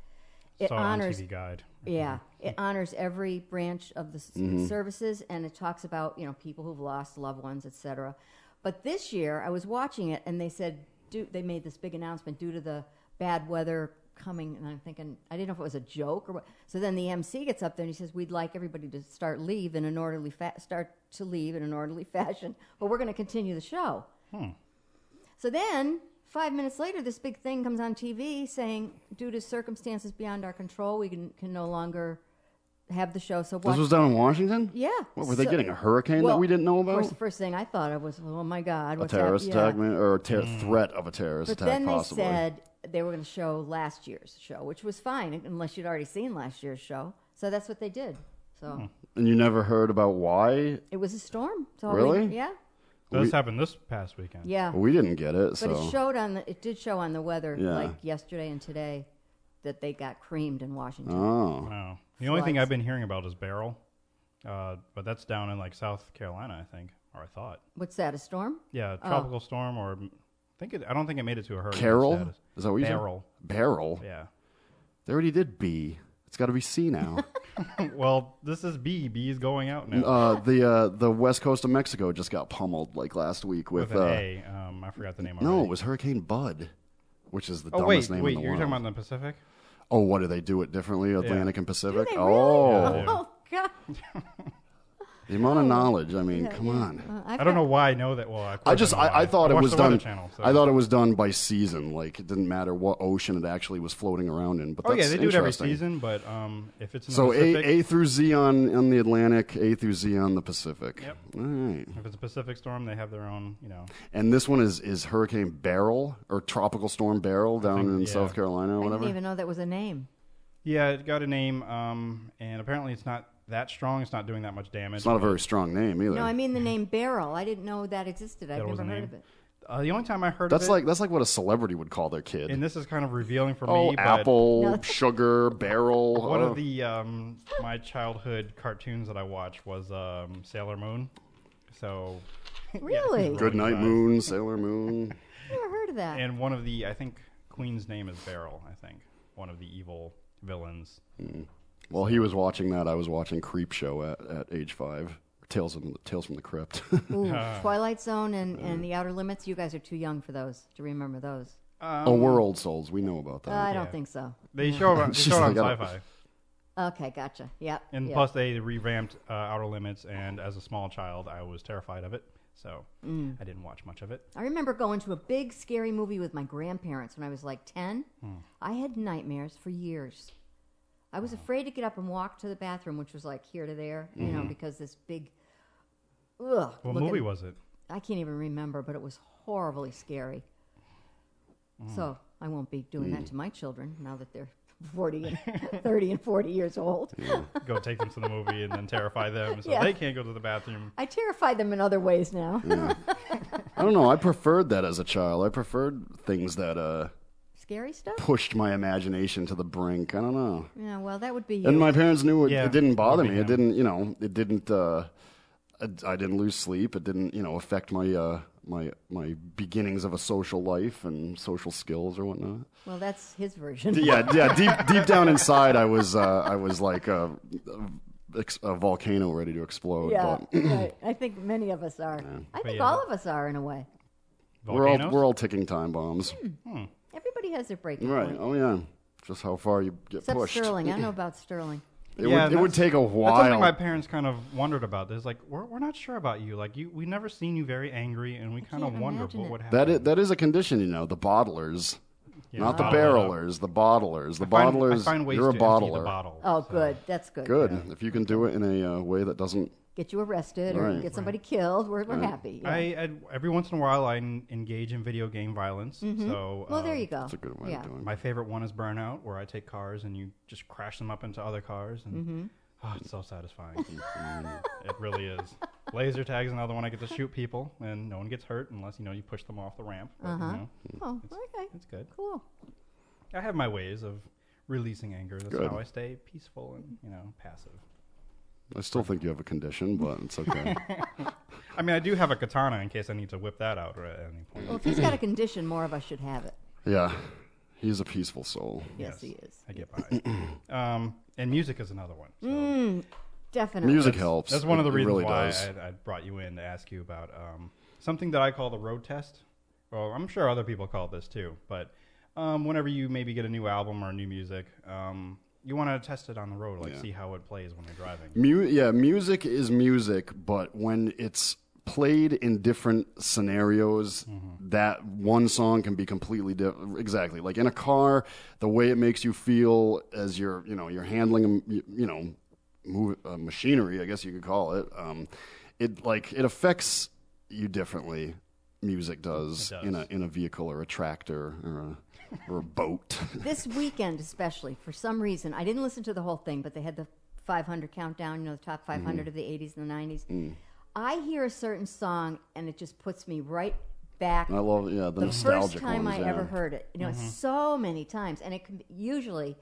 [SPEAKER 5] It
[SPEAKER 3] Saw it on
[SPEAKER 5] honors
[SPEAKER 3] TV Guide.
[SPEAKER 5] yeah, it honors every branch of the s services, and it talks about you know people who've lost loved ones, etc. But this year, I was watching it, and they said, "Due," they made this big announcement due to the bad weather coming." And I'm thinking, I didn't know if it was a joke or what. So then the MC gets up there and he says, "We'd like everybody to start leave in an orderly fa- start to leave in an orderly fashion, but we're going to continue the show." So then, five minutes later, this big thing comes on TV saying, due to circumstances beyond our control, we can, can no longer have the show. So
[SPEAKER 2] This
[SPEAKER 5] what?
[SPEAKER 2] was down in Washington.
[SPEAKER 5] yeah.
[SPEAKER 2] What were they
[SPEAKER 5] so-
[SPEAKER 2] getting a hurricane
[SPEAKER 5] Well,
[SPEAKER 2] that we didn't know
[SPEAKER 5] Of course,
[SPEAKER 2] about?
[SPEAKER 5] the first thing I thought of was, oh my God,
[SPEAKER 2] A
[SPEAKER 5] what's
[SPEAKER 2] terrorist
[SPEAKER 5] happening?
[SPEAKER 2] attack, man, or a ter-
[SPEAKER 3] Mm.
[SPEAKER 2] threat of a terrorist
[SPEAKER 5] But
[SPEAKER 2] attack,
[SPEAKER 5] then
[SPEAKER 2] possibly.
[SPEAKER 5] they said they were going to show last year's show, which was fine unless you'd already seen last year's show. So that's what they did. So
[SPEAKER 2] And you never heard about why?
[SPEAKER 5] it was a storm. So
[SPEAKER 2] Really? Oh,
[SPEAKER 5] yeah,
[SPEAKER 3] This happened this past weekend.
[SPEAKER 5] yeah.
[SPEAKER 2] We didn't get it.
[SPEAKER 5] But
[SPEAKER 2] so
[SPEAKER 5] it showed on the, it did show on the weather
[SPEAKER 2] Yeah.
[SPEAKER 5] like yesterday and today that they got creamed in Washington.
[SPEAKER 2] oh,
[SPEAKER 3] Wow. The only thing
[SPEAKER 5] Floods.
[SPEAKER 3] I've been hearing about is Barrel, uh, but that's down in like South Carolina, I think, or I thought.
[SPEAKER 5] What's that? A storm?
[SPEAKER 3] Yeah, tropical storm, or I think it, I don't think it made it to a hurricane.
[SPEAKER 2] Carol?
[SPEAKER 3] status.
[SPEAKER 2] Is that what you said?
[SPEAKER 3] Barrel.
[SPEAKER 2] Barrel.
[SPEAKER 3] Yeah.
[SPEAKER 2] They already did B. It's got to be C now.
[SPEAKER 3] well, this is B. B is going out now
[SPEAKER 2] uh, the uh, the west coast of Mexico just got pummeled like last week with,
[SPEAKER 3] with an
[SPEAKER 2] uh,
[SPEAKER 3] A. Um, I forgot the name.
[SPEAKER 2] no,
[SPEAKER 3] already.
[SPEAKER 2] it was Hurricane Bud, which is the
[SPEAKER 3] Oh wait,
[SPEAKER 2] dumbest name
[SPEAKER 3] wait.
[SPEAKER 2] in the
[SPEAKER 3] You're
[SPEAKER 2] world.
[SPEAKER 3] talking about in the Pacific?
[SPEAKER 2] oh, what do they do it differently? Atlantic and Pacific.
[SPEAKER 5] They really-
[SPEAKER 2] Oh,
[SPEAKER 3] Yeah.
[SPEAKER 5] Oh God!
[SPEAKER 2] the amount of knowledge. I mean, come on.
[SPEAKER 5] Uh,
[SPEAKER 3] I don't know why I know that. Well, I,
[SPEAKER 2] I just I, I thought it
[SPEAKER 3] watched
[SPEAKER 2] was
[SPEAKER 3] the Weather
[SPEAKER 2] done.
[SPEAKER 3] Channel, so-
[SPEAKER 2] I thought it was done by season. Like it didn't matter what ocean it actually was floating around in. But
[SPEAKER 3] Oh yeah,
[SPEAKER 2] that's
[SPEAKER 3] they do it every
[SPEAKER 2] interesting.
[SPEAKER 3] season, but um, if it's in the
[SPEAKER 2] So A,
[SPEAKER 3] Pacific,
[SPEAKER 2] A through Z on, on the Atlantic, A through Z on the Pacific.
[SPEAKER 3] Yep.
[SPEAKER 2] All right.
[SPEAKER 3] if it's a Pacific storm, they have their own. You know,
[SPEAKER 2] And this one is, is Hurricane Barrel or Tropical Storm Barrel down
[SPEAKER 3] think-
[SPEAKER 2] in
[SPEAKER 3] yeah.
[SPEAKER 2] South Carolina or
[SPEAKER 5] I
[SPEAKER 2] whatever.
[SPEAKER 5] didn't even know that was a name.
[SPEAKER 3] yeah, it got a name. Um, and apparently it's not that strong. It's not doing that much damage.
[SPEAKER 2] It's not a very strong name either.
[SPEAKER 5] No, I mean the name Barrel. I didn't know that existed. I've
[SPEAKER 3] That was
[SPEAKER 5] never
[SPEAKER 3] a
[SPEAKER 5] heard
[SPEAKER 3] name?
[SPEAKER 5] of it.
[SPEAKER 3] Uh, the only time I heard
[SPEAKER 2] that's
[SPEAKER 3] of it,
[SPEAKER 2] like that's like what a celebrity would call their kid.
[SPEAKER 3] and this is kind of revealing for
[SPEAKER 2] oh,
[SPEAKER 3] me.
[SPEAKER 2] apple,
[SPEAKER 5] No.
[SPEAKER 2] sugar, barrel.
[SPEAKER 3] But one
[SPEAKER 2] oh.
[SPEAKER 3] of the um, my childhood cartoons that I watched was um, Sailor Moon. So,
[SPEAKER 5] Really?
[SPEAKER 3] wrong.
[SPEAKER 2] Good Night Moon, Sailor Moon.
[SPEAKER 5] never heard of that.
[SPEAKER 3] and one of the I think Queen's name is Beryl. I think one of the evil villains.
[SPEAKER 2] While he was watching that, I was watching Creep Show at, at age five. Tales from Tales from the Crypt.
[SPEAKER 5] Ooh,
[SPEAKER 3] uh,
[SPEAKER 5] Twilight Zone and, and The Outer Limits. You guys are too young for those to remember those.
[SPEAKER 2] oh,
[SPEAKER 3] Um,
[SPEAKER 2] we're old souls. We know
[SPEAKER 3] Oh,
[SPEAKER 2] about that.
[SPEAKER 5] Uh, I don't think so.
[SPEAKER 3] They show it on, they
[SPEAKER 2] She's
[SPEAKER 3] show it on
[SPEAKER 2] like, I don't-
[SPEAKER 3] Sci-Fi,
[SPEAKER 5] Okay, gotcha. Yep.
[SPEAKER 3] and
[SPEAKER 5] yep.
[SPEAKER 3] plus they revamped uh, Outer Limits. And as a small child, I was terrified of it, so
[SPEAKER 5] Mm.
[SPEAKER 3] I didn't watch much of it.
[SPEAKER 5] I remember going to a big scary movie with my grandparents when I was like 10.
[SPEAKER 3] Hmm.
[SPEAKER 5] I had nightmares for years. I was afraid to get up and walk to the bathroom, which was like here to there, you know, because this big. Ugh,
[SPEAKER 3] Mm-hmm. What
[SPEAKER 5] looking-
[SPEAKER 3] movie was it?
[SPEAKER 5] I can't even remember, but it was horribly scary.
[SPEAKER 3] Hmm.
[SPEAKER 5] So I won't be doing
[SPEAKER 3] Mm.
[SPEAKER 5] that to my children now that they're 40 and 30 and 40 years old.
[SPEAKER 3] Go take them to the movie and then terrify them, so
[SPEAKER 5] Yeah.
[SPEAKER 3] they can't go to the bathroom.
[SPEAKER 5] I terrify them in other ways now.
[SPEAKER 2] I don't know. I preferred that as a child. I preferred things that uh,
[SPEAKER 5] Scary stuff?
[SPEAKER 2] pushed my imagination to the brink. I don't know.
[SPEAKER 5] Yeah, well, that would be you.
[SPEAKER 2] And my parents knew it,
[SPEAKER 3] Yeah,
[SPEAKER 2] it didn't bother
[SPEAKER 3] would be
[SPEAKER 2] me. It
[SPEAKER 3] him.
[SPEAKER 2] didn't, you know, it didn't. Uh, I, I didn't lose sleep. It didn't, you know, affect my uh, my my beginnings of a social life and social skills or whatnot.
[SPEAKER 5] well, that's his version.
[SPEAKER 2] yeah, yeah. Deep deep down inside, I was uh, I was like a, ex- a volcano ready to explode.
[SPEAKER 5] Yeah,
[SPEAKER 2] But
[SPEAKER 5] right. I think many of us are. I think
[SPEAKER 3] yeah,
[SPEAKER 5] all
[SPEAKER 3] but-
[SPEAKER 5] of us are in a way.
[SPEAKER 2] we're all
[SPEAKER 3] Volcanoes? Hmm.
[SPEAKER 2] we're all ticking time bombs.
[SPEAKER 5] Everybody has their breaking
[SPEAKER 2] Right.
[SPEAKER 5] point.
[SPEAKER 2] Oh yeah. Just how far you get
[SPEAKER 5] Except
[SPEAKER 2] pushed.
[SPEAKER 5] Sterling. I don't know about Sterling.
[SPEAKER 2] It,
[SPEAKER 3] Yeah,
[SPEAKER 2] would, it would
[SPEAKER 3] that's-
[SPEAKER 2] take a
[SPEAKER 3] That's something
[SPEAKER 2] while.
[SPEAKER 3] my parents kind of wondered about. There's like, we're, we're not sure about you. Like, you, we never seen you very angry, and we kind of
[SPEAKER 5] can't
[SPEAKER 3] wonder
[SPEAKER 5] imagine
[SPEAKER 3] what
[SPEAKER 5] it.
[SPEAKER 3] would happen.
[SPEAKER 2] That is, that is a condition, you know. The bottlers,
[SPEAKER 3] Yeah,
[SPEAKER 2] not the
[SPEAKER 3] bottle it up.
[SPEAKER 2] barrelers. The bottlers. The
[SPEAKER 3] Find-
[SPEAKER 2] bottlers.
[SPEAKER 3] I find ways
[SPEAKER 2] you're a
[SPEAKER 3] to empty the
[SPEAKER 2] bottler.
[SPEAKER 3] bottle,
[SPEAKER 5] Oh,
[SPEAKER 3] so.
[SPEAKER 5] good. That's good.
[SPEAKER 2] Good. If you can do it in a uh, way that doesn't.
[SPEAKER 5] Get you arrested or
[SPEAKER 2] Right.
[SPEAKER 5] get somebody killed. We're, we're happy. yeah.
[SPEAKER 3] I, I every once in a while I en- engage in video game violence. So
[SPEAKER 5] Mm-hmm. well,
[SPEAKER 3] um,
[SPEAKER 5] there you go.
[SPEAKER 2] That's a good way
[SPEAKER 5] yeah.
[SPEAKER 2] of doing. it.
[SPEAKER 3] My favorite one is Burnout, where I take cars and you just crash them up into other cars, and
[SPEAKER 5] Mm-hmm.
[SPEAKER 3] oh, it's so satisfying. it really is. Laser tag's another one I get to shoot people, and no one gets hurt unless you know you push them off the ramp. But, you know,
[SPEAKER 5] Oh, okay.
[SPEAKER 3] it's good.
[SPEAKER 5] Cool.
[SPEAKER 3] I have my ways of releasing anger. That's
[SPEAKER 2] Good.
[SPEAKER 3] how I stay peaceful and you know passive.
[SPEAKER 2] I still think you have a condition, but it's okay.
[SPEAKER 3] I mean, I do have a katana in case I need to whip that out at any point.
[SPEAKER 5] Well, if he's got a condition, more of us should have it.
[SPEAKER 2] yeah, he's a peaceful soul.
[SPEAKER 5] Yes, he is.
[SPEAKER 3] I get by. um, and music is another one.
[SPEAKER 5] Mm.
[SPEAKER 3] So
[SPEAKER 5] Definitely.
[SPEAKER 2] Music helps.
[SPEAKER 3] That's one of the
[SPEAKER 2] It- it
[SPEAKER 3] reasons
[SPEAKER 2] really
[SPEAKER 3] why
[SPEAKER 2] does.
[SPEAKER 3] I, I brought you in to ask you about um, something that I call the road test. Well, I'm sure other people call it this too, but um, whenever you maybe get a new album or new music, um, you want to test it on the road, like see how it plays when you're driving.
[SPEAKER 2] Mu- yeah, music is music, but when it's played in different scenarios, that one song can be completely different. Exactly, like in a car, the way it makes you feel as you're, you know, you're handling, a m- you, you know, move, uh, machinery. I guess you could call it. Um, it like it affects you differently. Music does, in a in a vehicle or a tractor or a or a boat.
[SPEAKER 5] this weekend especially for some reason i didn't listen to the whole thing but they had the 500 countdown you know the top 500
[SPEAKER 2] Mm-hmm.
[SPEAKER 5] of the 80s and the 90s
[SPEAKER 2] Mm.
[SPEAKER 5] i hear a certain song and it just puts me right back
[SPEAKER 2] I love yeah the,
[SPEAKER 5] the
[SPEAKER 2] nostalgic
[SPEAKER 5] first time
[SPEAKER 2] ones,
[SPEAKER 5] i
[SPEAKER 2] yeah.
[SPEAKER 5] ever heard it you know so many times and it can be, usually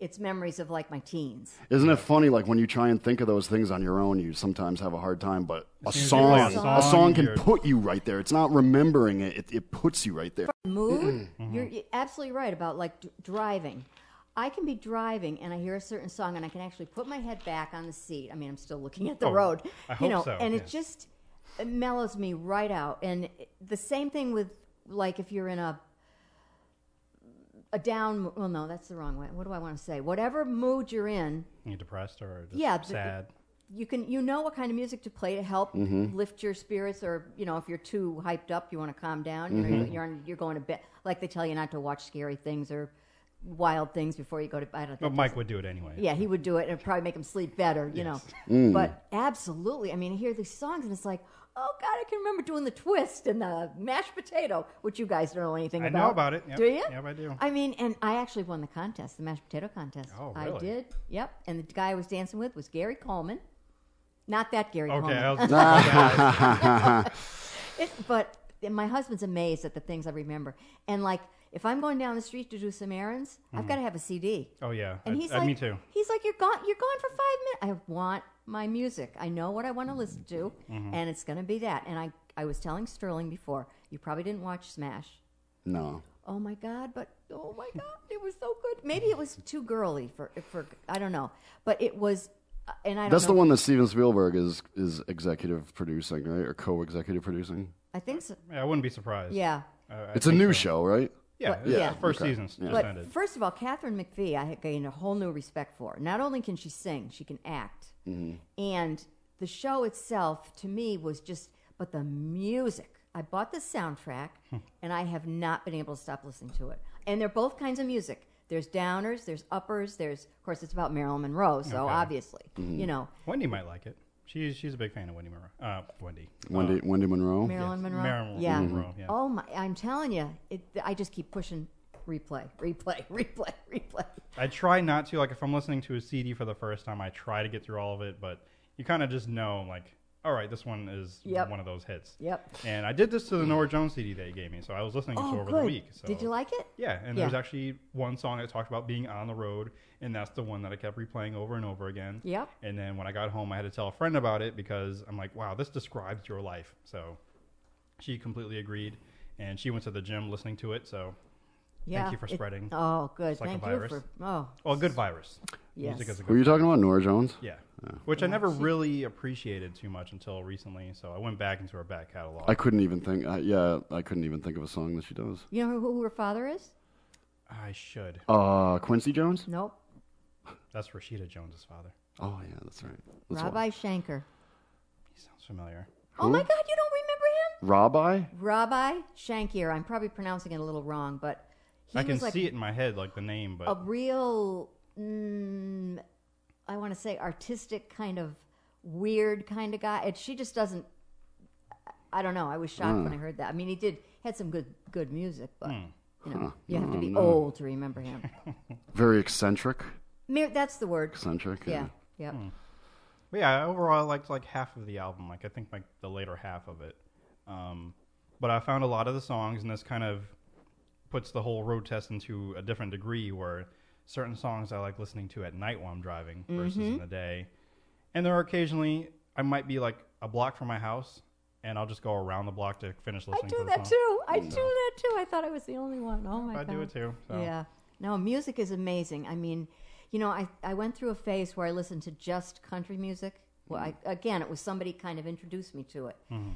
[SPEAKER 5] it's memories of like my teens
[SPEAKER 2] Isn't it funny? Like when you try and think of those things on your own, you sometimes have a hard time. But a
[SPEAKER 3] seems
[SPEAKER 2] song,
[SPEAKER 3] like
[SPEAKER 2] a
[SPEAKER 3] a
[SPEAKER 2] song,
[SPEAKER 3] song
[SPEAKER 2] can
[SPEAKER 3] you're-
[SPEAKER 2] put you right there. It's not remembering it; it, it puts you right there.
[SPEAKER 5] mood you're, you're absolutely right about like d- driving i can be driving and i hear a certain song and i can actually put my head back on the seat i mean i'm still looking at the
[SPEAKER 3] Oh,
[SPEAKER 5] road
[SPEAKER 3] I
[SPEAKER 5] you
[SPEAKER 3] hope
[SPEAKER 5] know
[SPEAKER 3] so,
[SPEAKER 5] and
[SPEAKER 3] yeah.
[SPEAKER 5] it just it mellows me right out and it- the same thing with like if you're in a a down well no that's the wrong way what do i want to say whatever mood you're in
[SPEAKER 3] You depressed or just
[SPEAKER 5] Yeah, but-
[SPEAKER 3] sad?
[SPEAKER 5] you can you know what kind of music to play to help lift your spirits or you know if you're too hyped up you want to calm down you know, you're, you're, on- you're going to bed like they tell you not to watch scary things or wild things before you go to bed I don't
[SPEAKER 3] But
[SPEAKER 5] think
[SPEAKER 3] Mike would do it anyway.
[SPEAKER 5] yeah he would do it and it'd probably make him sleep better you know but absolutely i mean i hear these songs and it's like oh god i can remember doing the twist and the mashed potato which you guys don't know anything
[SPEAKER 3] I
[SPEAKER 5] about
[SPEAKER 3] know about it. Yep.
[SPEAKER 5] do you
[SPEAKER 3] Yep, I do.
[SPEAKER 5] I mean, and I actually won the contest, the mashed potato contest.
[SPEAKER 3] Oh,
[SPEAKER 5] I
[SPEAKER 3] really?
[SPEAKER 5] did. Yep. And the guy I was dancing with was Gary Coleman. Not that Gary
[SPEAKER 3] Okay,
[SPEAKER 5] Coleman.
[SPEAKER 3] I was okay,
[SPEAKER 5] It, but my husband's amazed at the things I remember. And like, if I'm going down the street to do some errands, I've got to have a CD.
[SPEAKER 3] Mm. Oh yeah,
[SPEAKER 5] And
[SPEAKER 3] I-
[SPEAKER 5] he's
[SPEAKER 3] I-
[SPEAKER 5] like,
[SPEAKER 3] me too.
[SPEAKER 5] He's like, you're gone. You're gone for five minutes. I want my music. I know what I want to listen to,
[SPEAKER 3] Mm-hmm.
[SPEAKER 5] and it's going to be that. And I, I was telling Sterling before, you probably didn't watch Smash.
[SPEAKER 2] No,
[SPEAKER 5] oh my god but oh my god it was so good maybe it was too girly for for i don't know but it was uh, and i don't
[SPEAKER 2] that's
[SPEAKER 5] know,
[SPEAKER 2] the one that Steven Spielberg is is executive producing, right, or co-executive producing.
[SPEAKER 5] i think so
[SPEAKER 3] Yeah, I wouldn't be surprised.
[SPEAKER 5] yeah
[SPEAKER 2] it's a new show, right?
[SPEAKER 3] yeah,
[SPEAKER 5] But-
[SPEAKER 3] it's
[SPEAKER 5] yeah.
[SPEAKER 3] the first season just
[SPEAKER 5] but
[SPEAKER 3] ended.
[SPEAKER 5] first of all catherine mcphee i had gained a whole new respect for not only can she sing she can act
[SPEAKER 3] Mm-hmm.
[SPEAKER 5] and the show itself to me was just but the music i bought the soundtrack
[SPEAKER 3] Hmm.
[SPEAKER 5] and i have not been able to stop listening to it and they're both kinds of music there's downers there's uppers there's of course it's about marilyn monroe so obviously
[SPEAKER 3] Mm-hmm.
[SPEAKER 5] you know
[SPEAKER 3] Wendy might like it. She's she's a big fan of Wendy Monroe. Uh, Wendy.
[SPEAKER 2] Wendy Wendy Monroe.
[SPEAKER 5] Marilyn Monroe.
[SPEAKER 3] Marilyn
[SPEAKER 5] yeah.
[SPEAKER 3] Monroe, yeah.
[SPEAKER 5] Oh my! I'm telling you, it, I just keep pushing replay, replay, replay, replay.
[SPEAKER 3] I try not to like if I'm listening to a CD for the first time. I try to get through all of it, but you kind of just know like, all right, this one is
[SPEAKER 5] Yep.
[SPEAKER 3] one of those hits.
[SPEAKER 5] Yep.
[SPEAKER 3] And I did this to the Nora Jones CD they gave me, so I was listening to
[SPEAKER 5] Oh,
[SPEAKER 3] over
[SPEAKER 5] good.
[SPEAKER 3] the week. So.
[SPEAKER 5] Did you like it?
[SPEAKER 3] Yeah, and
[SPEAKER 5] Yeah.
[SPEAKER 3] there's actually one song that talked about being on the road, and that's the one that I kept replaying over and over again.
[SPEAKER 5] Yep.
[SPEAKER 3] And then when I got home, I had to tell a friend about it because I'm like, wow, this describes your life. So she completely agreed, and she went to the gym listening to it. So,
[SPEAKER 5] Yeah.
[SPEAKER 3] you for
[SPEAKER 5] it-
[SPEAKER 3] spreading.
[SPEAKER 5] oh, good.
[SPEAKER 3] like a
[SPEAKER 5] Thank you
[SPEAKER 3] virus.
[SPEAKER 5] for. Oh,
[SPEAKER 3] well, good virus.
[SPEAKER 5] Yes.
[SPEAKER 3] Music is a good
[SPEAKER 2] Who are you talking about? Nora Jones.
[SPEAKER 3] Yeah. Which I never really appreciated too much until recently. So I went back into her back catalog.
[SPEAKER 2] I couldn't even think. Uh, yeah, I couldn't even think of a song that she does.
[SPEAKER 5] you know who, who her father is?
[SPEAKER 3] I should.
[SPEAKER 2] Uh, Quincy Jones.
[SPEAKER 5] Nope.
[SPEAKER 3] That's Rashida Jones's father.
[SPEAKER 2] Oh yeah, that's right. That's
[SPEAKER 5] Rabbi Shanker.
[SPEAKER 3] He sounds familiar.
[SPEAKER 5] Oh my God! You don't
[SPEAKER 2] one. Rabbi.
[SPEAKER 5] remember him? Rabbi Shankir. I'm probably pronouncing it a little wrong, but he
[SPEAKER 3] I can
[SPEAKER 5] was like
[SPEAKER 3] see it in my head, like the name, but
[SPEAKER 5] a real mm, i want to say artistic kind of weird kind of guy and she just doesn't i don't know i was shocked when i heard that i mean he did had some good good music but
[SPEAKER 3] Hmm.
[SPEAKER 5] you know you have
[SPEAKER 2] Mm.
[SPEAKER 5] to be old to remember him
[SPEAKER 2] Very eccentric.
[SPEAKER 5] Mer- that's the word
[SPEAKER 2] Eccentric.
[SPEAKER 5] yeah yep
[SPEAKER 3] But yeah, overall, I liked like half of the album. Like I think like the later half of it. Um, but I found a lot of the songs, and this kind of puts the whole road test into a different degree. Where certain songs I like listening to at night while I'm driving versus
[SPEAKER 5] Mm-hmm.
[SPEAKER 3] in the day. And there are occasionally I might be like a block from my house, and I'll just go around the block to finish
[SPEAKER 5] i
[SPEAKER 3] listening.
[SPEAKER 5] do
[SPEAKER 3] to the
[SPEAKER 5] that
[SPEAKER 3] song.
[SPEAKER 5] too i do that too i thought i was the only one oh my
[SPEAKER 3] I
[SPEAKER 5] god
[SPEAKER 3] do it too. So.
[SPEAKER 5] Yeah. No, music is amazing. I mean, you know, I, I went through a phase where I listened to just country music. Well,
[SPEAKER 3] Mm.
[SPEAKER 5] I, again, it was somebody kind of introduced me to it.
[SPEAKER 3] Mm-hmm.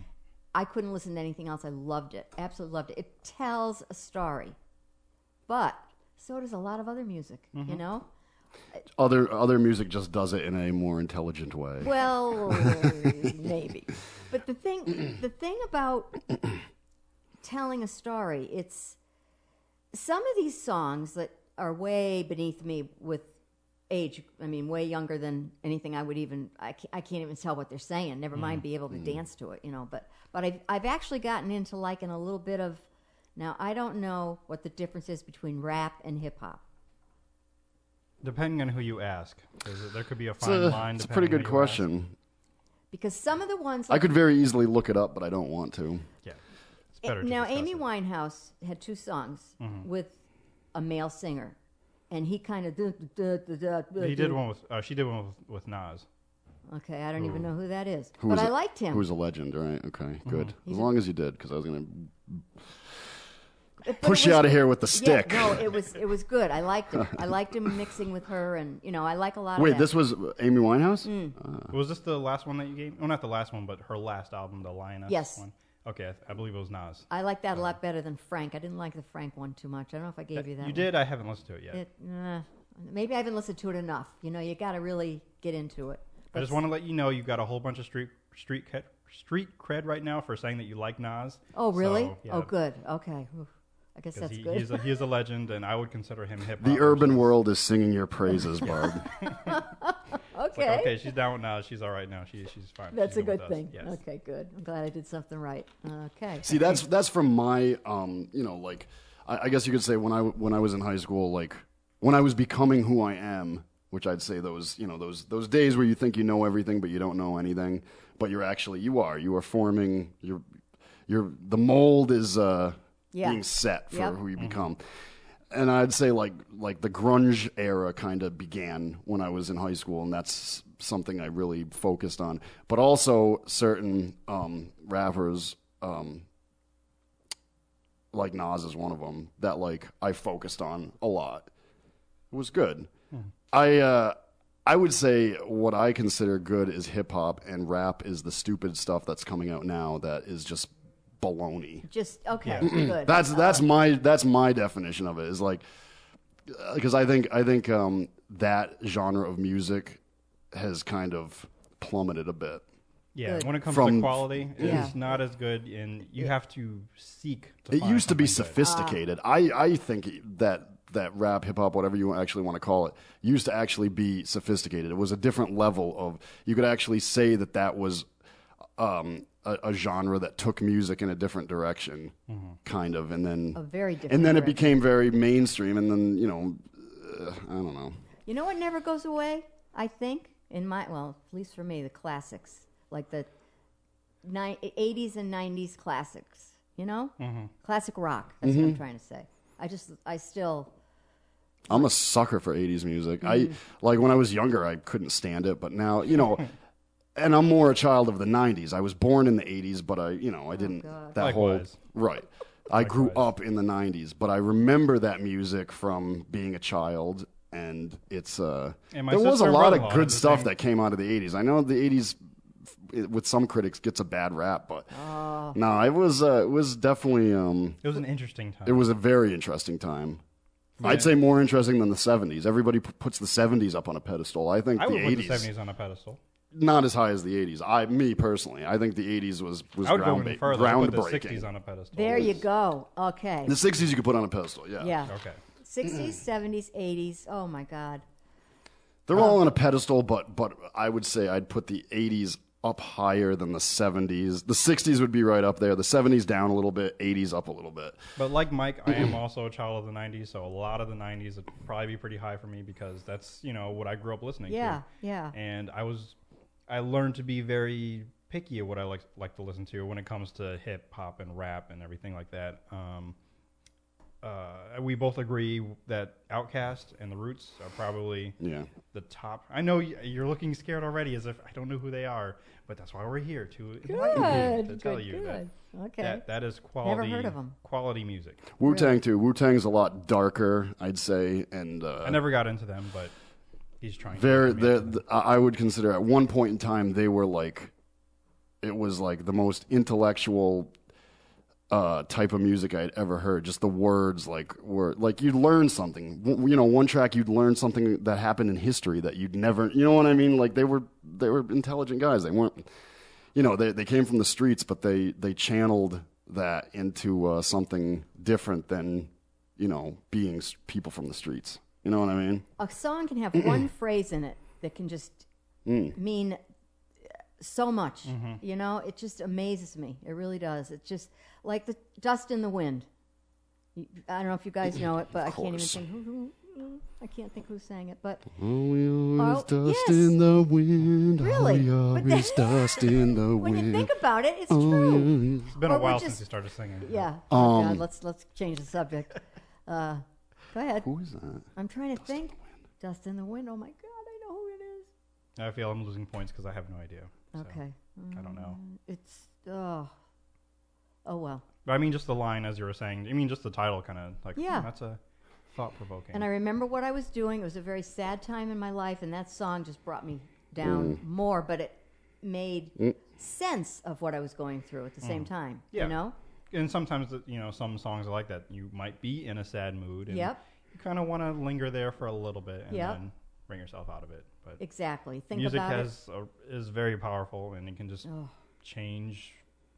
[SPEAKER 5] I couldn't listen to anything else. I loved it. Absolutely loved it. It tells a story. But so does a lot of other music,
[SPEAKER 3] Mm-hmm.
[SPEAKER 5] you know?
[SPEAKER 2] Other other music just does it in a more intelligent way.
[SPEAKER 5] Well, maybe. But the thing, the thing about telling a story, it's some of these songs that are way beneath me with age. I mean, way younger than anything I would even. I can't, I can't even tell what they're saying.
[SPEAKER 2] Mm.
[SPEAKER 5] Never mind be able to dance to it, you know. But but I've I've actually gotten into liking a little bit of Now, I don't know what the difference is between rap and hip hop.
[SPEAKER 3] Depending on who you ask, 'cause there could be a
[SPEAKER 2] It's
[SPEAKER 3] fine
[SPEAKER 2] a,
[SPEAKER 3] line.
[SPEAKER 2] it's a
[SPEAKER 3] depending
[SPEAKER 2] pretty
[SPEAKER 3] who
[SPEAKER 2] good
[SPEAKER 3] you ask.
[SPEAKER 2] question.
[SPEAKER 5] Because some of the ones
[SPEAKER 2] I could very easily look it up, but I don't want to.
[SPEAKER 3] Yeah, it's better. to
[SPEAKER 5] now
[SPEAKER 3] discuss
[SPEAKER 5] Amy
[SPEAKER 3] it. Mm-hmm.
[SPEAKER 5] Winehouse had two songs with a male singer, and he kind of
[SPEAKER 3] He did one with. Uh, she did one with, with Nas.
[SPEAKER 5] Okay, I don't even know who that is,
[SPEAKER 2] Who
[SPEAKER 5] but
[SPEAKER 2] is
[SPEAKER 5] I
[SPEAKER 2] it?
[SPEAKER 5] liked him.
[SPEAKER 2] Who's a legend, right? Okay,
[SPEAKER 3] Mm-hmm.
[SPEAKER 2] good. As long as you did, because I was going to
[SPEAKER 5] But it
[SPEAKER 2] push you
[SPEAKER 5] was-
[SPEAKER 2] out of here with the stick.
[SPEAKER 5] Yeah, no, it was it was good. I liked him. I liked him mixing with her, and you know, I like a Mm. lot of
[SPEAKER 2] Wait,
[SPEAKER 5] that.
[SPEAKER 2] this was Amy Winehouse?
[SPEAKER 3] Was this the last one that you gave? Well, not the last one, but her last album, the Lioness.
[SPEAKER 5] Yes.
[SPEAKER 3] One. Okay, I, th- I believe it was Nas.
[SPEAKER 5] I like that a lot better than Frank. I didn't like the Frank one too much. I don't know if I gave you that.
[SPEAKER 3] you
[SPEAKER 5] one.
[SPEAKER 3] did. I haven't listened to it yet.
[SPEAKER 5] It, uh, maybe I haven't listened to it enough. You know, you got to really get into it.
[SPEAKER 3] I just want to let you know you've got a whole bunch of street street cred, street cred right now for saying that you like Nas.
[SPEAKER 5] Oh, really?
[SPEAKER 3] So, yeah,
[SPEAKER 5] Oh, good. Okay. Oof. I guess
[SPEAKER 3] 'cause
[SPEAKER 5] that's
[SPEAKER 3] he,
[SPEAKER 5] good.
[SPEAKER 3] He's a, he is a legend, and I would consider him hip.
[SPEAKER 2] The urban world is singing your praises, Barb.
[SPEAKER 5] okay.
[SPEAKER 3] Like, okay, she's down with Nas. She's all right now. She, she's fine.
[SPEAKER 5] That's
[SPEAKER 3] She's
[SPEAKER 5] a good
[SPEAKER 3] with us.
[SPEAKER 5] thing.
[SPEAKER 3] Yes.
[SPEAKER 5] Okay, good. I'm glad I did something right. Okay.
[SPEAKER 2] See, that's that's from my, um, you know, like I, I guess you could say when I when I was in high school, like when I was becoming who I am, which I'd say those you know those those days where you think you know everything but you don't know anything, but you're actually you are you are forming your your the mold is uh,
[SPEAKER 5] Yeah.
[SPEAKER 2] being set for
[SPEAKER 5] Yep.
[SPEAKER 2] who you become. And I'd say like like the grunge era kind of began when I was in high school, and that's something I really focused on. But also certain um, rappers, um, like Nas is one of them that like I focused on a lot. It was good. I uh, I would say what I consider good is hip hop, and rap is the stupid stuff that's coming out now that is just baloney.
[SPEAKER 5] Just okay. Good.
[SPEAKER 2] That's that's my that's my definition of it. Is like because I think I think um, that genre of music has kind of plummeted a bit.
[SPEAKER 3] Yeah,
[SPEAKER 5] Good.
[SPEAKER 3] when it comes
[SPEAKER 2] From-
[SPEAKER 3] to quality,
[SPEAKER 5] Yeah.
[SPEAKER 3] it's not as good, and you have to seek. To
[SPEAKER 2] It
[SPEAKER 3] find
[SPEAKER 2] used to be
[SPEAKER 3] something good.
[SPEAKER 2] sophisticated. I I think that that rap, hip hop, whatever you actually want to call it, used to actually be sophisticated. It was a different level of you could actually say that that was um, a, a genre that took music in a different direction,
[SPEAKER 3] Mm-hmm.
[SPEAKER 2] kind of, and then
[SPEAKER 5] A very different.
[SPEAKER 2] and then it
[SPEAKER 5] direction.
[SPEAKER 2] became very mainstream, and then you know, uh, I don't know.
[SPEAKER 5] You know what never goes away? I think in my well, at least for me, the classics like the ni- 80s and 90s classics. You know,
[SPEAKER 3] Mm-hmm.
[SPEAKER 5] classic rock. That's what I'm
[SPEAKER 2] Mm-hmm.
[SPEAKER 5] trying to say. I just, I still,
[SPEAKER 2] I'm a sucker for 80s music. I like when I was younger, I couldn't stand it, but now, you know, and I'm more a child of the 90s. I was born in the 80s, but I, you know, I didn't that
[SPEAKER 3] Likewise.
[SPEAKER 2] whole right. I grew up in the 90s, but I remember that music from being a child and it's uh
[SPEAKER 3] And my
[SPEAKER 2] there was a lot
[SPEAKER 3] sister-in-law
[SPEAKER 2] of
[SPEAKER 3] had
[SPEAKER 2] good
[SPEAKER 3] the
[SPEAKER 2] stuff
[SPEAKER 3] same-
[SPEAKER 2] that came out of the 80s. I know the 80s f- with some critics gets a bad rap, but no, it was uh, it was definitely um
[SPEAKER 3] It was an interesting time.
[SPEAKER 2] it was a very interesting time. I'd say more interesting than the 70s. Everybody p- puts the 70s up on a pedestal. I think
[SPEAKER 3] I
[SPEAKER 2] the
[SPEAKER 3] would put the
[SPEAKER 2] 80s,
[SPEAKER 3] seventies on a pedestal.
[SPEAKER 2] not as high as the 80s. I, me personally, I think the 80s was was
[SPEAKER 3] I would go
[SPEAKER 2] ground,
[SPEAKER 3] even further. I would put the sixties
[SPEAKER 2] groundbreaking.
[SPEAKER 3] on a pedestal.
[SPEAKER 5] there you go. Okay.
[SPEAKER 2] The 60s you could put on a pedestal. Yeah,
[SPEAKER 5] Yeah.
[SPEAKER 3] Okay.
[SPEAKER 5] 60s, 70s, 80s. Oh my God.
[SPEAKER 2] they're all on a pedestal, but but I would say I'd put the 80s up higher than the 70s. The 60s would be right up there. The 70s down a little bit. 80s up a little bit.
[SPEAKER 3] But like Mike, I
[SPEAKER 2] Mm-hmm.
[SPEAKER 3] am also a child of the 90s, so a lot of the 90s would probably be pretty high for me because that's, you know, what I grew up listening
[SPEAKER 5] Yeah,
[SPEAKER 3] to.
[SPEAKER 5] yeah.
[SPEAKER 3] And I was I learned to be very picky of what I like like to listen to when it comes to hip hop and rap and everything like that. Um uh, we both agree that Outcast and The Roots are probably
[SPEAKER 2] Yeah.
[SPEAKER 3] the top. I know y- you're looking scared already, as if I don't know who they are, but that's why we're here to enlighten you, to tell you that
[SPEAKER 5] okay.
[SPEAKER 3] that, that is quality
[SPEAKER 5] heard of 'em.
[SPEAKER 3] quality music.
[SPEAKER 2] Wu Tang too. Wu Tang's a lot darker, I'd say, and uh,
[SPEAKER 3] I never got into them, but he's trying.
[SPEAKER 2] They're,
[SPEAKER 3] to get me
[SPEAKER 2] they're,
[SPEAKER 3] into them.
[SPEAKER 2] th- I I would consider at one point in time they were like, it was like the most intellectual uh, type of music I'd ever heard. Just the words, like were like you'd learn something. W- you know, one track you'd learn something that happened in history that you'd never. You know what I mean? Like they were they were intelligent guys. They weren't. You know, they they came from the streets, but they they channeled that into uh, something different than you know being s- people from the streets. You know what I mean?
[SPEAKER 5] a song can have one phrase in it that can just mean uh, so much. You know, it just amazes me. It really does. It just like the dust in the wind. You- I don't know if you guys know it, but I can't even
[SPEAKER 2] course.
[SPEAKER 5] think who, who, who- I can't think who sang it, but
[SPEAKER 2] Oh, we always
[SPEAKER 5] Oh,
[SPEAKER 2] dust
[SPEAKER 5] yes.
[SPEAKER 2] in the wind.
[SPEAKER 5] Really?
[SPEAKER 2] Oh, we
[SPEAKER 5] But
[SPEAKER 2] always
[SPEAKER 5] that-
[SPEAKER 2] dust in the
[SPEAKER 5] when you
[SPEAKER 2] wind.
[SPEAKER 5] think about it, it's
[SPEAKER 2] oh,
[SPEAKER 5] true.
[SPEAKER 2] yeah.
[SPEAKER 3] It's been
[SPEAKER 5] Or
[SPEAKER 3] a
[SPEAKER 5] we
[SPEAKER 3] while
[SPEAKER 5] just-
[SPEAKER 3] since you started singing.
[SPEAKER 5] Yeah. Oh, God, let's let's change the subject. Uh, go ahead.
[SPEAKER 2] Who is that?
[SPEAKER 5] I'm trying to think. Dust in the wind. Oh my God, I know who it is.
[SPEAKER 3] I feel I'm losing points because I have no idea. So,
[SPEAKER 5] Okay.
[SPEAKER 3] I don't know.
[SPEAKER 5] It's oh, oh well.
[SPEAKER 3] But I mean, just the line as you were saying. I mean, just the title kind of like,
[SPEAKER 5] Yeah.
[SPEAKER 3] yeah, that's a thought provoking.
[SPEAKER 5] And I remember what I was doing. It was a very sad time in my life, and that song just brought me down
[SPEAKER 2] Mm.
[SPEAKER 5] more. But it made sense of what I was going through at the same time.
[SPEAKER 3] Mm. Yeah.
[SPEAKER 5] You know.
[SPEAKER 3] and sometimes the- you know some songs are like that. You might be in a sad mood. And
[SPEAKER 5] Yep.
[SPEAKER 3] You kind of want to linger there for a little bit and
[SPEAKER 5] Yep.
[SPEAKER 3] then bring yourself out of it. But
[SPEAKER 5] Exactly. Think
[SPEAKER 3] music
[SPEAKER 5] about it.
[SPEAKER 3] has a, is very powerful and it can just change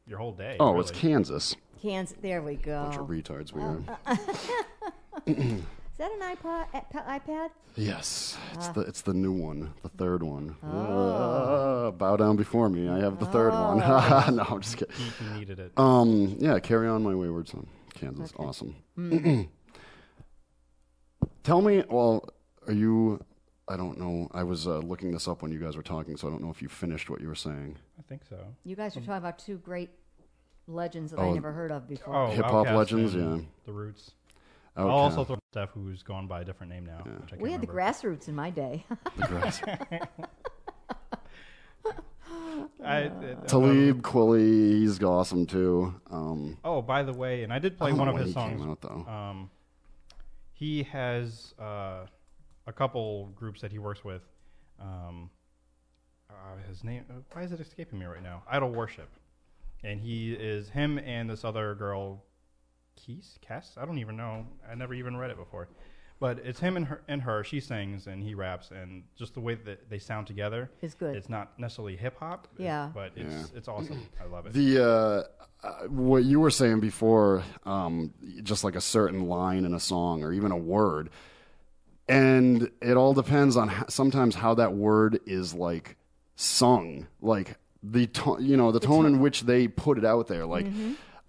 [SPEAKER 3] your whole day.
[SPEAKER 2] Oh, it's
[SPEAKER 3] really.
[SPEAKER 2] Kansas.
[SPEAKER 5] Kansas. There we go.
[SPEAKER 2] Bunch of retards
[SPEAKER 5] Uh,
[SPEAKER 2] we are.
[SPEAKER 5] Is that an iPod? a- pa- iPad?
[SPEAKER 2] Yes, it's the it's the new one, the third one.
[SPEAKER 5] Oh.
[SPEAKER 2] Ah, bow down before me. I have the third one. no, I'm just kidding.
[SPEAKER 3] He- he needed it.
[SPEAKER 2] Um, yeah, carry on my wayward son. Kansas, awesome.
[SPEAKER 5] Hmm.
[SPEAKER 2] Tell me, well, are you? I don't know. I was uh, looking this up when you guys were talking, so I don't know if you finished what you were saying.
[SPEAKER 3] I think so.
[SPEAKER 5] You guys were
[SPEAKER 3] Mm.
[SPEAKER 5] talking about two great legends that I never heard of before.
[SPEAKER 3] Oh,
[SPEAKER 2] Hip hop
[SPEAKER 3] Outkast
[SPEAKER 2] legends,
[SPEAKER 3] and
[SPEAKER 2] yeah.
[SPEAKER 3] The Roots.
[SPEAKER 2] Outcast,
[SPEAKER 3] I'll also throw Steph, who's gone by a different name now. Which I
[SPEAKER 5] we had
[SPEAKER 3] can't
[SPEAKER 5] the
[SPEAKER 3] remember.
[SPEAKER 5] grassroots in my day.
[SPEAKER 2] the grass.
[SPEAKER 3] I, uh, I- I-
[SPEAKER 2] Talib Kweli, he's awesome too. Um,
[SPEAKER 3] oh, by the way, and I did play
[SPEAKER 2] I don't
[SPEAKER 3] one
[SPEAKER 2] know
[SPEAKER 3] of
[SPEAKER 2] when
[SPEAKER 3] his
[SPEAKER 2] he came
[SPEAKER 3] songs.
[SPEAKER 2] out, though.
[SPEAKER 3] Um, he has uh, a couple groups that he works with. Um, uh, his name, uh, why is it escaping me right now? Idol Worship, and he is him and this other girl, Keys Cass. I don't even know. I never even read it before, but it's him and her. And her. She sings and he raps, and just the way that they sound together
[SPEAKER 5] It's good.
[SPEAKER 3] It's not necessarily hip hop,
[SPEAKER 5] Yeah.
[SPEAKER 3] but it's it's awesome. I love it.
[SPEAKER 2] The uh, uh, what you were saying before, um, just like a certain line in a song or even a word, and it all depends on how, sometimes how that word is like sung, like the tone, you know, the tone in which they put it out there. Like,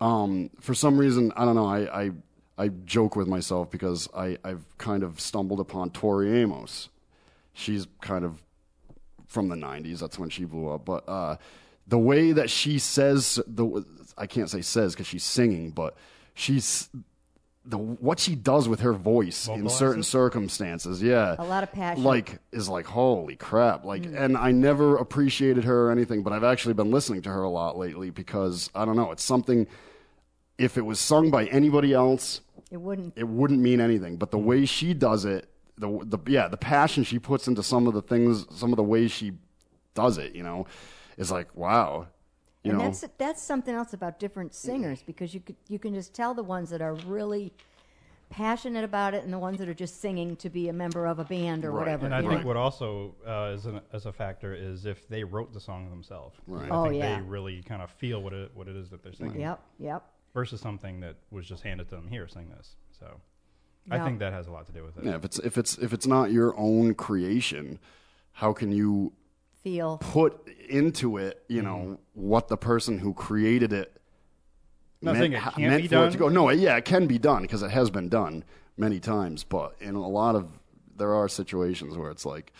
[SPEAKER 2] um, for some reason, I don't know. I I, I joke with myself because I I've kind of stumbled upon Tori Amos. She's kind of from the 90s that's when she blew up but uh the way that she says the i can't say says because she's singing but she's the what she does with her voice in certain circumstances yeah
[SPEAKER 5] A lot of passion. Mm.
[SPEAKER 2] like is like holy crap like and i never appreciated her or anything but i've actually been listening to her a lot lately because i don't know it's something if it was sung by anybody else
[SPEAKER 5] It wouldn't.
[SPEAKER 2] it wouldn't mean anything. But the way she does it, the the yeah, the passion she puts into some of the things, some of the ways she does it, you know, is like wow. You
[SPEAKER 5] and
[SPEAKER 2] know,
[SPEAKER 5] that's that's something else about different singers because you could, you can just tell the ones that are really passionate about it and the ones that are just singing to be a member of a band or
[SPEAKER 2] Right.
[SPEAKER 5] whatever.
[SPEAKER 3] And I
[SPEAKER 5] you
[SPEAKER 3] think
[SPEAKER 5] know.
[SPEAKER 3] what also uh, is an, as a factor is if they wrote the song themselves.
[SPEAKER 2] Right.
[SPEAKER 3] I
[SPEAKER 5] Oh,
[SPEAKER 3] think
[SPEAKER 5] yeah.
[SPEAKER 3] They really kind of feel what it what it is that they're singing
[SPEAKER 5] Yep, yep.
[SPEAKER 3] versus something that was just handed to them here. Sing this. So I
[SPEAKER 5] Yeah.
[SPEAKER 3] think that has a lot to do with it.
[SPEAKER 2] yeah, if it's if it's if it's not your own creation, how can you
[SPEAKER 5] Feel.
[SPEAKER 2] put into it, you
[SPEAKER 3] Mm.
[SPEAKER 2] know, what the person who created it
[SPEAKER 3] Not saying it
[SPEAKER 2] ha-
[SPEAKER 3] can't
[SPEAKER 2] meant
[SPEAKER 3] be
[SPEAKER 2] for it to
[SPEAKER 3] done.
[SPEAKER 2] go? No, yeah, it can be done because it has been done many times. But in a lot of there are situations where it's like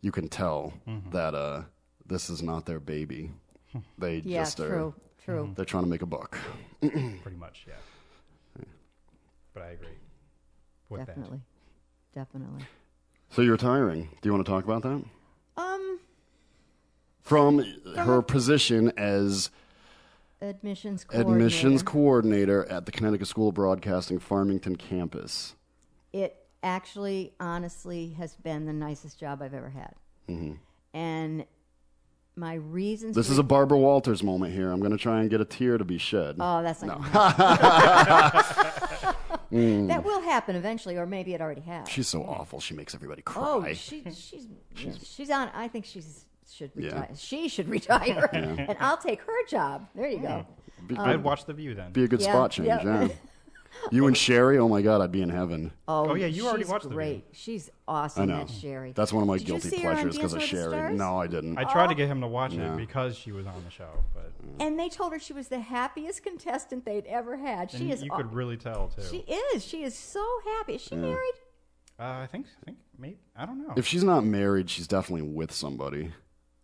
[SPEAKER 2] you can tell
[SPEAKER 3] Mm-hmm.
[SPEAKER 2] that uh, this is not their baby. They
[SPEAKER 5] Yeah,
[SPEAKER 2] just are
[SPEAKER 5] true, true.
[SPEAKER 3] Mm-hmm.
[SPEAKER 2] they're trying to make a buck.
[SPEAKER 3] Pretty much. Yeah. But I agree with
[SPEAKER 5] Definitely, definitely.
[SPEAKER 2] So you're retiring. Do you want to talk about that?
[SPEAKER 5] Um,
[SPEAKER 2] From her position as
[SPEAKER 5] admissions coordinator.
[SPEAKER 2] admissions coordinator at the Connecticut School of Broadcasting Farmington campus.
[SPEAKER 5] it actually honestly has been the nicest job I've ever had.
[SPEAKER 3] Mm-hmm.
[SPEAKER 5] And my reasons
[SPEAKER 2] This
[SPEAKER 5] for-
[SPEAKER 2] is a Barbara Walters moment here. I'm going to try and get a tear to be shed.
[SPEAKER 5] Oh, that's not. That will happen eventually, or maybe it already has.
[SPEAKER 2] Mm. She's so awful. She makes everybody cry.
[SPEAKER 5] oh, she, she's she's on. I think she's should
[SPEAKER 2] Yeah.
[SPEAKER 5] retire. She should retire, and I'll take her job. There you go.
[SPEAKER 3] that. I'd watch the view then.
[SPEAKER 2] Be a good
[SPEAKER 5] um, Yeah,
[SPEAKER 2] spot change, yeah.
[SPEAKER 5] yeah.
[SPEAKER 2] You and Sherry, oh my God, I'd be in heaven.
[SPEAKER 5] Oh,
[SPEAKER 3] Oh, yeah, you already
[SPEAKER 5] she's
[SPEAKER 3] watched the video.
[SPEAKER 5] great. She's
[SPEAKER 2] I
[SPEAKER 5] awesome,
[SPEAKER 2] know.
[SPEAKER 5] that Sherry.
[SPEAKER 2] That's one of my
[SPEAKER 5] Did you
[SPEAKER 2] guilty
[SPEAKER 5] see her on
[SPEAKER 2] pleasures because of
[SPEAKER 5] Dancing with the
[SPEAKER 2] Sherry.
[SPEAKER 5] Stars?
[SPEAKER 2] No, I didn't.
[SPEAKER 3] I
[SPEAKER 5] Oh.
[SPEAKER 3] tried to get him to watch
[SPEAKER 2] Yeah.
[SPEAKER 3] it because she was on the show, but
[SPEAKER 5] And they told her she was the happiest contestant they'd ever had. She
[SPEAKER 3] and
[SPEAKER 5] is.
[SPEAKER 3] you
[SPEAKER 5] aw-
[SPEAKER 3] could really tell too.
[SPEAKER 5] she is. She is so happy. Is she married?
[SPEAKER 3] uh, I think, I think maybe I don't know.
[SPEAKER 2] if she's not married, she's definitely with somebody.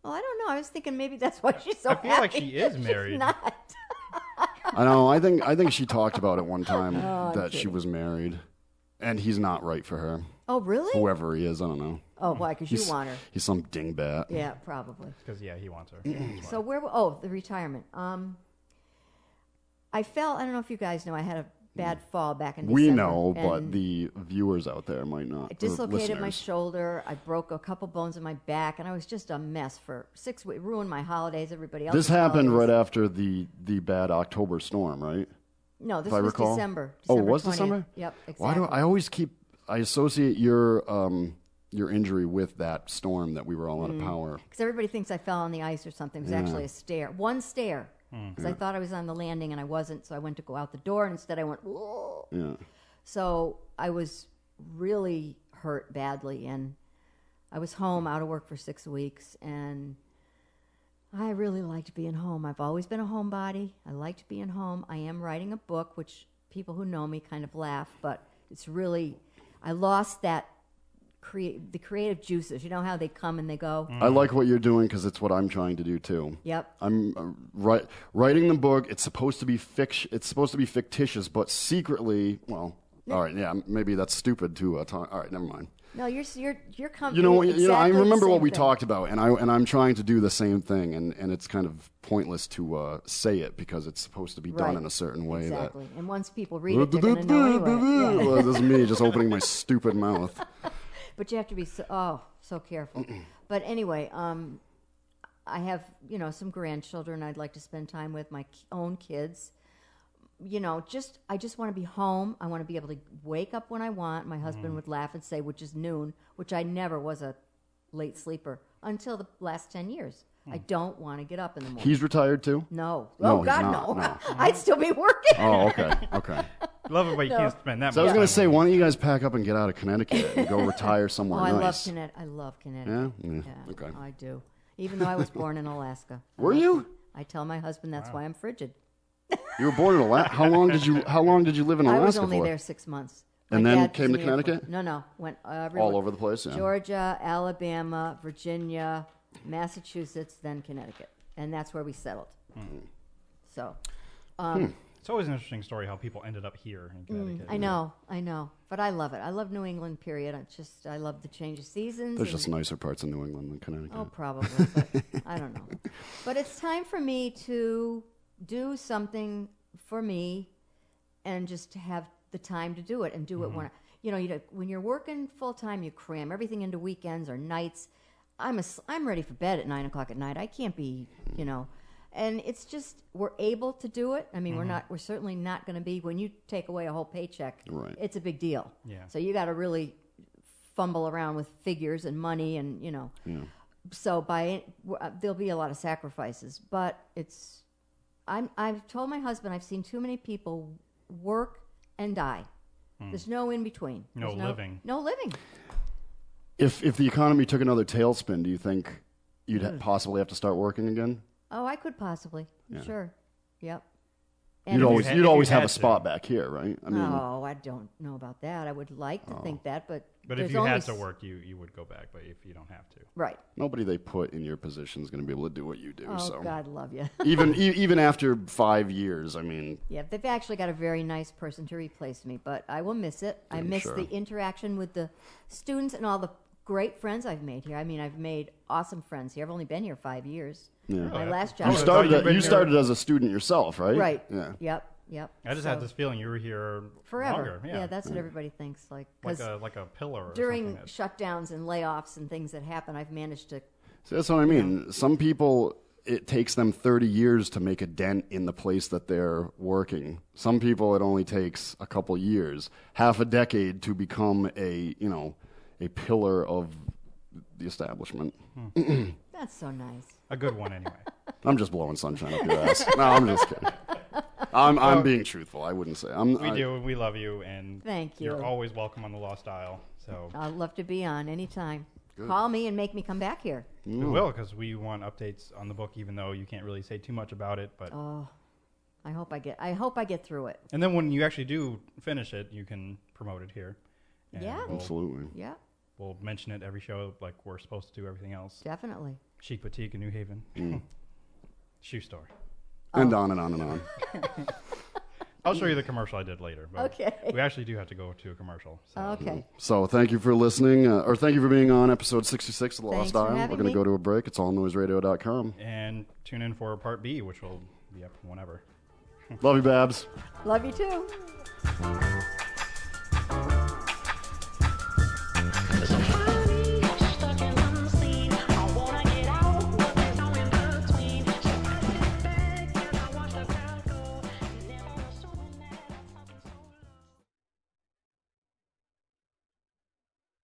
[SPEAKER 5] Well, I don't know. I was thinking maybe that's why she's so
[SPEAKER 3] I feel
[SPEAKER 5] happy.
[SPEAKER 3] like she is
[SPEAKER 5] She's
[SPEAKER 3] married.
[SPEAKER 5] not.
[SPEAKER 2] I know. I think I think she talked about it one time
[SPEAKER 5] Oh,
[SPEAKER 2] that she was married, and he's not right for her.
[SPEAKER 5] Oh, really?
[SPEAKER 2] Whoever he is, I don't know.
[SPEAKER 5] Oh, why? Because you
[SPEAKER 2] He's,
[SPEAKER 5] want her.
[SPEAKER 2] he's some dingbat.
[SPEAKER 5] Yeah, probably.
[SPEAKER 3] Because yeah, he wants her.
[SPEAKER 5] So where? w- Oh, the retirement. Um, I fell. I don't know if you guys know. I had a bad fall back in.
[SPEAKER 2] We
[SPEAKER 5] December,
[SPEAKER 2] know, but
[SPEAKER 5] and
[SPEAKER 2] the viewers out there might not.
[SPEAKER 5] I
[SPEAKER 2] or
[SPEAKER 5] dislocated my
[SPEAKER 2] listeners.
[SPEAKER 5] shoulder. I broke a couple bones in my back, and I was just a mess for six weeks. Ruined my holidays. Everybody else.
[SPEAKER 2] This happened right after the the bad October storm, right?
[SPEAKER 5] No, this
[SPEAKER 2] if I
[SPEAKER 5] was
[SPEAKER 2] recall.
[SPEAKER 5] December.
[SPEAKER 2] Oh, it
[SPEAKER 5] December
[SPEAKER 2] was
[SPEAKER 5] 20th.
[SPEAKER 2] December?
[SPEAKER 5] Yep. Exactly.
[SPEAKER 2] Why do I always keep I associate your um your injury with that storm that we were all out of power?
[SPEAKER 5] because everybody thinks I fell on the ice or something. It was actually a stair, one stair, because I thought I was on the landing and I wasn't. So I went to go out the door, and instead I went. Whoa.
[SPEAKER 2] Yeah.
[SPEAKER 5] So I was really hurt badly, and I was home out of work for six weeks, and I really liked being home. I've always been a homebody. I liked being home. I am writing a book, which people who know me kind of laugh, but it's really I lost that create the creative juices. You know how they come and they go.
[SPEAKER 2] I like what you're doing because it's what I'm trying to do too.
[SPEAKER 5] Yep.
[SPEAKER 2] I'm uh, write, writing the book. It's supposed to be fiction. It's supposed to be fictitious, but secretly, well, all right, yeah, maybe that's stupid to uh, talk. All right, never mind.
[SPEAKER 5] No, you're s- you're you're coming.
[SPEAKER 2] You know, you- you know, I
[SPEAKER 5] exactly the
[SPEAKER 2] remember what
[SPEAKER 5] same
[SPEAKER 2] we
[SPEAKER 5] thing.
[SPEAKER 2] talked about, and I and I'm trying to do the same thing, and, and it's kind of pointless to uh, say it because it's supposed to be done
[SPEAKER 5] Right.
[SPEAKER 2] in a certain way.
[SPEAKER 5] Exactly. And once people read it, they're gonna know anyway. Yeah.
[SPEAKER 2] That this is me just opening my stupid mouth.
[SPEAKER 5] But you have to be so, oh so careful. but anyway, um, I have you know some grandchildren I'd like to spend time with my k- own kids. You know, just I just want to be home. I want to be able to wake up when I want. My
[SPEAKER 2] Mm-hmm.
[SPEAKER 5] husband would laugh and say, "Which is noon," which I never was a late sleeper until the last ten years. I don't want to get up in the morning.
[SPEAKER 2] Hmm. He's retired too.
[SPEAKER 5] no.
[SPEAKER 2] No,
[SPEAKER 5] oh
[SPEAKER 2] he's
[SPEAKER 5] God,
[SPEAKER 2] not,
[SPEAKER 5] no.
[SPEAKER 2] no.
[SPEAKER 5] I'd still be working.
[SPEAKER 2] Oh, okay, okay.
[SPEAKER 3] Love it, but you can't spend that.
[SPEAKER 2] So I was
[SPEAKER 3] much
[SPEAKER 2] gonna
[SPEAKER 3] time
[SPEAKER 2] say,
[SPEAKER 3] on
[SPEAKER 2] why don't you guys pack up and get out of Connecticut and go retire
[SPEAKER 5] Oh,
[SPEAKER 2] somewhere
[SPEAKER 5] I love
[SPEAKER 2] nice?
[SPEAKER 5] Connecticut. I love
[SPEAKER 2] yeah,
[SPEAKER 5] Connecticut.
[SPEAKER 2] yeah. Mm,
[SPEAKER 5] Yeah,
[SPEAKER 2] Okay.
[SPEAKER 5] I do. Even though I was born in Alaska. I
[SPEAKER 2] Were
[SPEAKER 5] love
[SPEAKER 2] you?
[SPEAKER 5] Con- I tell my husband that's why I'm frigid.
[SPEAKER 2] You were born in Alaska. How long did you? How long did you live in
[SPEAKER 5] I
[SPEAKER 2] Alaska
[SPEAKER 5] was only
[SPEAKER 2] for?
[SPEAKER 5] there six months.
[SPEAKER 2] And then
[SPEAKER 5] dad
[SPEAKER 2] came
[SPEAKER 5] was
[SPEAKER 2] to
[SPEAKER 5] in the Air Force.
[SPEAKER 2] Connecticut?
[SPEAKER 5] No, no, went everywhere.
[SPEAKER 2] All over the place. Yeah.
[SPEAKER 5] Georgia, Alabama, Virginia, Massachusetts, then Connecticut, and that's where we settled.
[SPEAKER 2] Hmm.
[SPEAKER 5] So
[SPEAKER 3] it. It's always an interesting story how people ended up here in Connecticut.
[SPEAKER 5] Mm. I know, I know, but I love it. I love New England. Period. I just I love the change of seasons.
[SPEAKER 2] There's
[SPEAKER 5] and-
[SPEAKER 2] just nicer parts of New England than Connecticut.
[SPEAKER 5] Oh, probably. But I don't know. But it's time for me to do something for me, and just to have the time to do it and do it when I, you know you don't- when you're working full time, you cram everything into weekends or nights. I'm a s- I'm ready for bed at nine o'clock at night. I can't be you know. And it's just we're able to do it. I mean, we're not. We're certainly not going to be when you take away a whole paycheck.
[SPEAKER 2] Right.
[SPEAKER 5] It's a big deal.
[SPEAKER 3] Yeah.
[SPEAKER 5] So you got to really fumble around with figures and money and you know so by uh, there'll be a lot of sacrifices but it's i'm i've told my husband i've seen too many people work and die there's no in between
[SPEAKER 3] Hmm. No
[SPEAKER 5] There's
[SPEAKER 3] living.
[SPEAKER 5] no living
[SPEAKER 2] If if the economy took another tailspin, do you think you'd
[SPEAKER 3] Hmm.
[SPEAKER 2] ha- possibly have to start working again?
[SPEAKER 5] oh i could possibly sure yep
[SPEAKER 2] you'd always
[SPEAKER 3] had-
[SPEAKER 2] you'd
[SPEAKER 3] if you
[SPEAKER 2] always have
[SPEAKER 3] had
[SPEAKER 2] a
[SPEAKER 3] to.
[SPEAKER 2] spot back here, right? I mean, Oh.
[SPEAKER 5] oh i don't know about that i would like to think that but
[SPEAKER 3] But
[SPEAKER 5] there's
[SPEAKER 3] if you
[SPEAKER 5] only
[SPEAKER 3] had
[SPEAKER 5] s-
[SPEAKER 3] to work, you you would go back. But if you don't have to,
[SPEAKER 5] right
[SPEAKER 2] nobody they put in your position is going to be able to do what you do.
[SPEAKER 5] oh
[SPEAKER 2] so
[SPEAKER 5] god love you
[SPEAKER 2] even e- even after five years, I mean,
[SPEAKER 5] Yeah, they've actually got a very nice person to replace me, but I will miss it. I miss
[SPEAKER 2] sure.
[SPEAKER 5] the interaction with the students and all the great friends I've made here. I mean, I've made awesome friends here. I've only been here five years. My
[SPEAKER 3] Really?
[SPEAKER 5] last
[SPEAKER 3] Oh,
[SPEAKER 5] job.
[SPEAKER 2] you
[SPEAKER 3] I thought
[SPEAKER 2] started
[SPEAKER 3] you'd
[SPEAKER 2] a-
[SPEAKER 3] been
[SPEAKER 2] you
[SPEAKER 3] here-
[SPEAKER 2] started as a student yourself, right?
[SPEAKER 5] right.
[SPEAKER 2] Yeah.
[SPEAKER 5] Yep. Yep.
[SPEAKER 3] I just
[SPEAKER 5] So,
[SPEAKER 3] had this feeling you were here
[SPEAKER 5] forever.
[SPEAKER 3] Longer. Yeah,
[SPEAKER 5] that's what everybody thinks. Like
[SPEAKER 3] like
[SPEAKER 5] because
[SPEAKER 3] a like a pillar or
[SPEAKER 5] during
[SPEAKER 3] something.
[SPEAKER 5] shutdowns and layoffs and things that happen, I've managed to.
[SPEAKER 2] So that's what I mean. Some people, it takes them 30 years to make a dent in the place that they're working. Some people, it only takes a couple years, half a decade to become a, you know, a pillar of the establishment.
[SPEAKER 5] That's so nice.
[SPEAKER 3] a good one anyway.
[SPEAKER 2] I'm just blowing sunshine up your ass. No, I'm just kidding. I'm
[SPEAKER 5] Oh.
[SPEAKER 2] I'm being truthful. I wouldn't say I'm.
[SPEAKER 3] We
[SPEAKER 2] I-
[SPEAKER 3] do. We love you, and
[SPEAKER 5] Thank
[SPEAKER 3] You're
[SPEAKER 5] you.
[SPEAKER 3] always welcome on the Lost Isle. So
[SPEAKER 5] I'd love to be on anytime. Call me and make me come back here.
[SPEAKER 3] we will, because we want updates on the book, even though you can't really say too much about it. But
[SPEAKER 5] Oh. I hope I get. I hope I get through it.
[SPEAKER 3] and then when you actually do finish it, you can promote it here. And
[SPEAKER 5] Yeah.
[SPEAKER 3] we'll,
[SPEAKER 2] Absolutely.
[SPEAKER 5] Yeah,
[SPEAKER 3] we'll mention it every show, like we're supposed to do everything else.
[SPEAKER 5] definitely.
[SPEAKER 3] Chic Boutique in New Haven, shoe store.
[SPEAKER 5] Oh.
[SPEAKER 2] And on and on and on.
[SPEAKER 3] I'll show you the commercial I did later. But
[SPEAKER 5] Okay. Uh.
[SPEAKER 3] We actually do have to go to a commercial. So.
[SPEAKER 5] Okay.
[SPEAKER 2] So thank you for listening, uh, or thank you for being on episode 66 of The
[SPEAKER 5] Thanks
[SPEAKER 2] Lost
[SPEAKER 5] for
[SPEAKER 2] Dial. We're
[SPEAKER 5] having
[SPEAKER 2] going to
[SPEAKER 5] me.
[SPEAKER 2] go to a break. It's allnoiseradio.com.
[SPEAKER 3] And tune in for part B, which will be up whenever.
[SPEAKER 2] Love you, Babs.
[SPEAKER 5] Love you too.
[SPEAKER 4] Thank